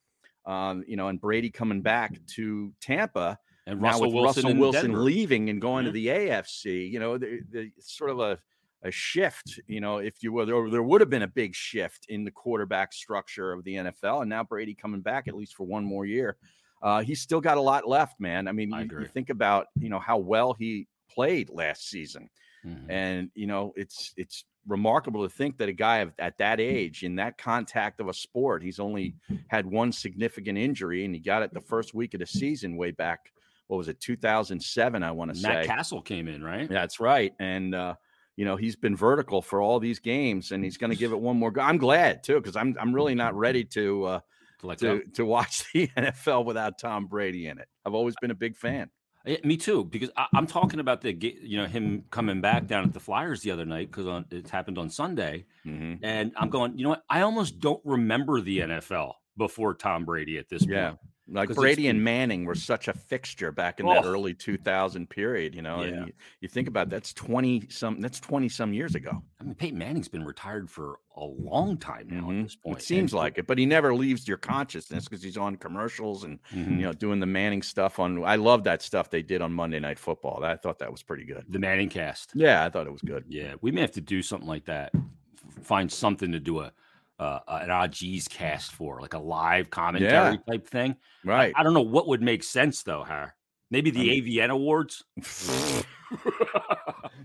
S2: um, you know, and Brady coming back
S1: Mm-hmm.
S2: to Tampa.
S1: and
S2: Now
S1: Russell
S2: with
S1: Wilson,
S2: Russell
S1: in
S2: Wilson
S1: Denver.
S2: leaving and going
S1: Mhm.
S2: to the AFC, you know, the, the sort of a a shift, you know, if you will, there, there would have been a big shift in the quarterback structure of the NFL, and now Brady coming back at least for one more year. Uh, he's still got a lot left, man. I mean,
S1: I
S2: you-
S1: agree.
S2: you think about, you know, how well he played last season
S1: Mhm.
S2: and you know it's it's remarkable to think that a guy of, at that age in that contact of a sport he's only had one significant injury and he got it the first week of the season way back what was it 2007 i want to
S1: Matt
S2: say
S1: Castle came in, right?
S2: that's right and uh you know he's been vertical for all these games and he's going to give it one more go i'm glad too because i'm i'm really not ready to uh
S1: To let go.
S2: to to watch the nfl without tom brady in it i've always been a big fan
S1: Yeah, me too, because I, I'm talking about the ga- you know him coming back down at the Flyers the other night because it happened on Sunday,
S2: mm-hmm.
S1: and I'm going, you know what? I almost don't remember the NFL before Tom Brady at this
S2: Yeah.
S1: point.
S2: Like
S1: 'Cause it's
S2: Brady and
S1: been-
S2: Manning were such a fixture back in that
S1: Oh.
S2: early 2000 period, you know.
S1: Yeah.
S2: And you, you think about that's 20 some that's 20 some years ago.
S1: I mean, Peyton Manning's been retired for a long time now
S2: Mhm.
S1: at this point.
S2: It seems
S1: and-
S2: like it, but he never leaves your consciousness because he's on commercials and
S1: Mhm.
S2: you know doing the Manning stuff on I love that stuff they did on Monday Night Football. That- I thought that was pretty good.
S1: the Manning cast.
S2: Yeah, I thought it was good.
S1: Yeah, we may have to do something like that. F- Find something to do a uh, an OGs cast for, like a live commentary type thing. I-
S2: Right.
S1: I, don't know what would make sense though, Har. Maybe the AVN Awards.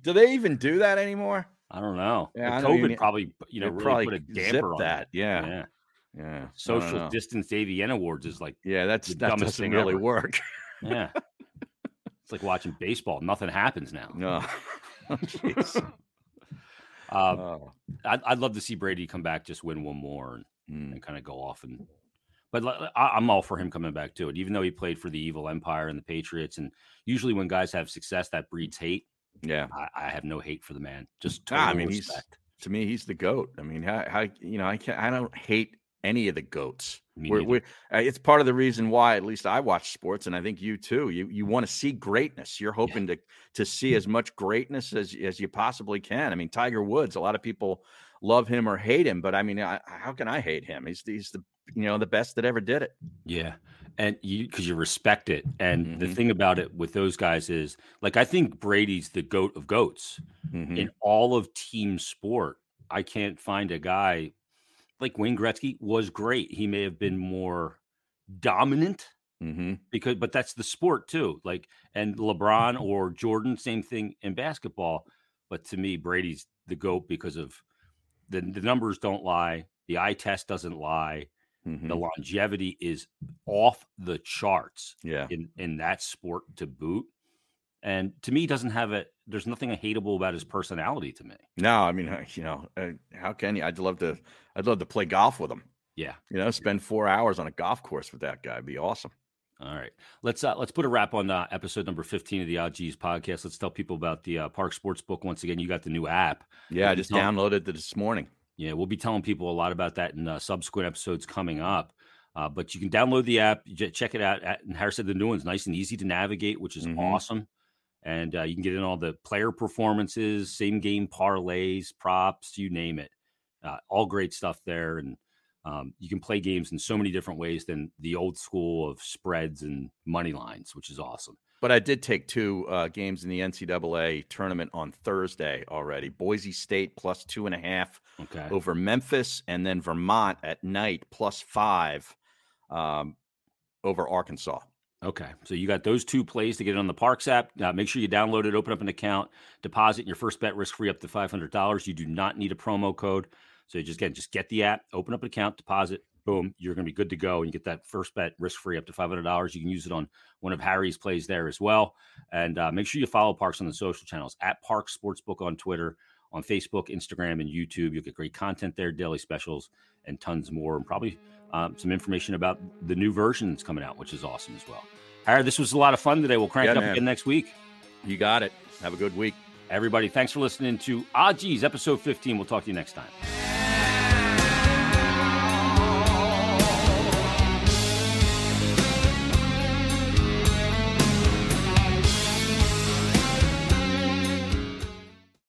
S2: do they even do that anymore?
S1: I don't know.
S2: Yeah,
S1: But
S2: I know you
S1: COVID
S2: ne-
S1: probably, you know,
S2: They
S1: really put a
S2: zipped
S1: damper on
S2: that.
S1: that.
S2: Yeah.
S1: Yeah.
S2: Yeah. I don't
S1: Social
S2: know.
S1: distance AVN awards is like,
S2: Yeah, that's
S1: the
S2: that
S1: dumbest
S2: doesn't
S1: thing
S2: really
S1: ever.
S2: work.
S1: yeah. it's like watching baseball. Nothing happens now.
S2: No. Oh, Jeez.
S1: Um,
S2: Oh.
S1: I'd, I'd love to see Brady come back, just win one more and,
S2: Mm.
S1: and kind of go off and. But li- I, I'm all for him coming back to it, even though he played for the evil empire and the Patriots. And usually, when guys have success, that breeds hate.
S2: Yeah.
S1: I, I have no hate for the man. Just total
S2: Nah, I mean, he's-
S1: respect.
S2: to me, he's the goat. I mean, how, how you know, I can't, I don't hate any of the goats.
S1: Me
S2: We're,
S1: neither.
S2: we're, uh, it's part of the reason why, at least I watch sports, and I think you too. You you want to see greatness. You're hoping to to see
S1: Hmm.
S2: as much greatness as as you possibly can. I mean, Tiger Woods. A lot of people love him or hate him, but I mean, I, how can I hate him? He's he's the you know the best that ever did it.
S1: Yeah. And you, because you respect it. And the
S2: Mhm.
S1: thing about it with those guys is, like, I think Brady's the goat of goats in all of team sport. I can't find a guy like Wayne Gretzky was great. He may have been more dominant
S2: Mm-hmm.
S1: because, but that's the sport too. Like, and LeBron or Jordan, same thing in basketball. But to me, Brady's the goat because of the, the numbers don't lie, the eye test doesn't lie
S2: hmm
S1: the longevity is off the charts
S2: Yeah.
S1: in in that sport to boot and to me he doesn't have a there's nothing hateable about his personality to me
S2: No, I mean, uh, you know, uh, how can you? I'd love to. I'd love to play golf with him.
S1: yeah
S2: You know, spend four hours on a golf course with that guy. It'd be awesome.
S1: all right let's uh let's put a wrap on uh, episode number 15 of the odd g's podcast let's tell people about the uh, park sports book once again you got the new app
S2: Yeah, I
S1: you
S2: just
S1: tell 'em-
S2: downloaded it this morning.
S1: Yeah, we'll be telling people a lot about that in uh, subsequent episodes coming up. Uh, but you can download the app, j- check it out. At, and Harris said the new one's nice and easy to navigate, which is
S2: Mhm.
S1: awesome. And uh, you can get in all the player performances, same game parlays, props, you name it. Uh, all great stuff there. And Um, you can play games in so many different ways than the old school of spreads and money lines, which is awesome.
S2: But I did take two uh, games in the NCAA tournament on Thursday already. Boise State plus two and a half
S1: Okay.
S2: over Memphis, and then Vermont at night plus five um, over Arkansas.
S1: Okay. So you got those two plays to get it on the Parks app. Uh, make sure you download it, open up an account, deposit your first bet risk free up to $500. You do not need a promo code. So you just get, just get the app, open up an account, deposit, boom, you're going to be good to go. And you get that first bet risk free up to $500. You can use it on one of Harry's plays there as well. And uh, make sure you follow Parks on the social channels at Parks Sportsbook on Twitter, on Facebook, Instagram, and YouTube. You'll get great content there, daily specials, and tons more, and probably um, some information about the new version that's coming out, which is awesome as well. Harry, this was a lot of fun today. We'll crank
S2: Yeah,
S1: it up
S2: man.
S1: again next week.
S2: You got it. Have a good week.
S1: Everybody, thanks for listening to Ah Geez, episode 15. We'll talk to you next time.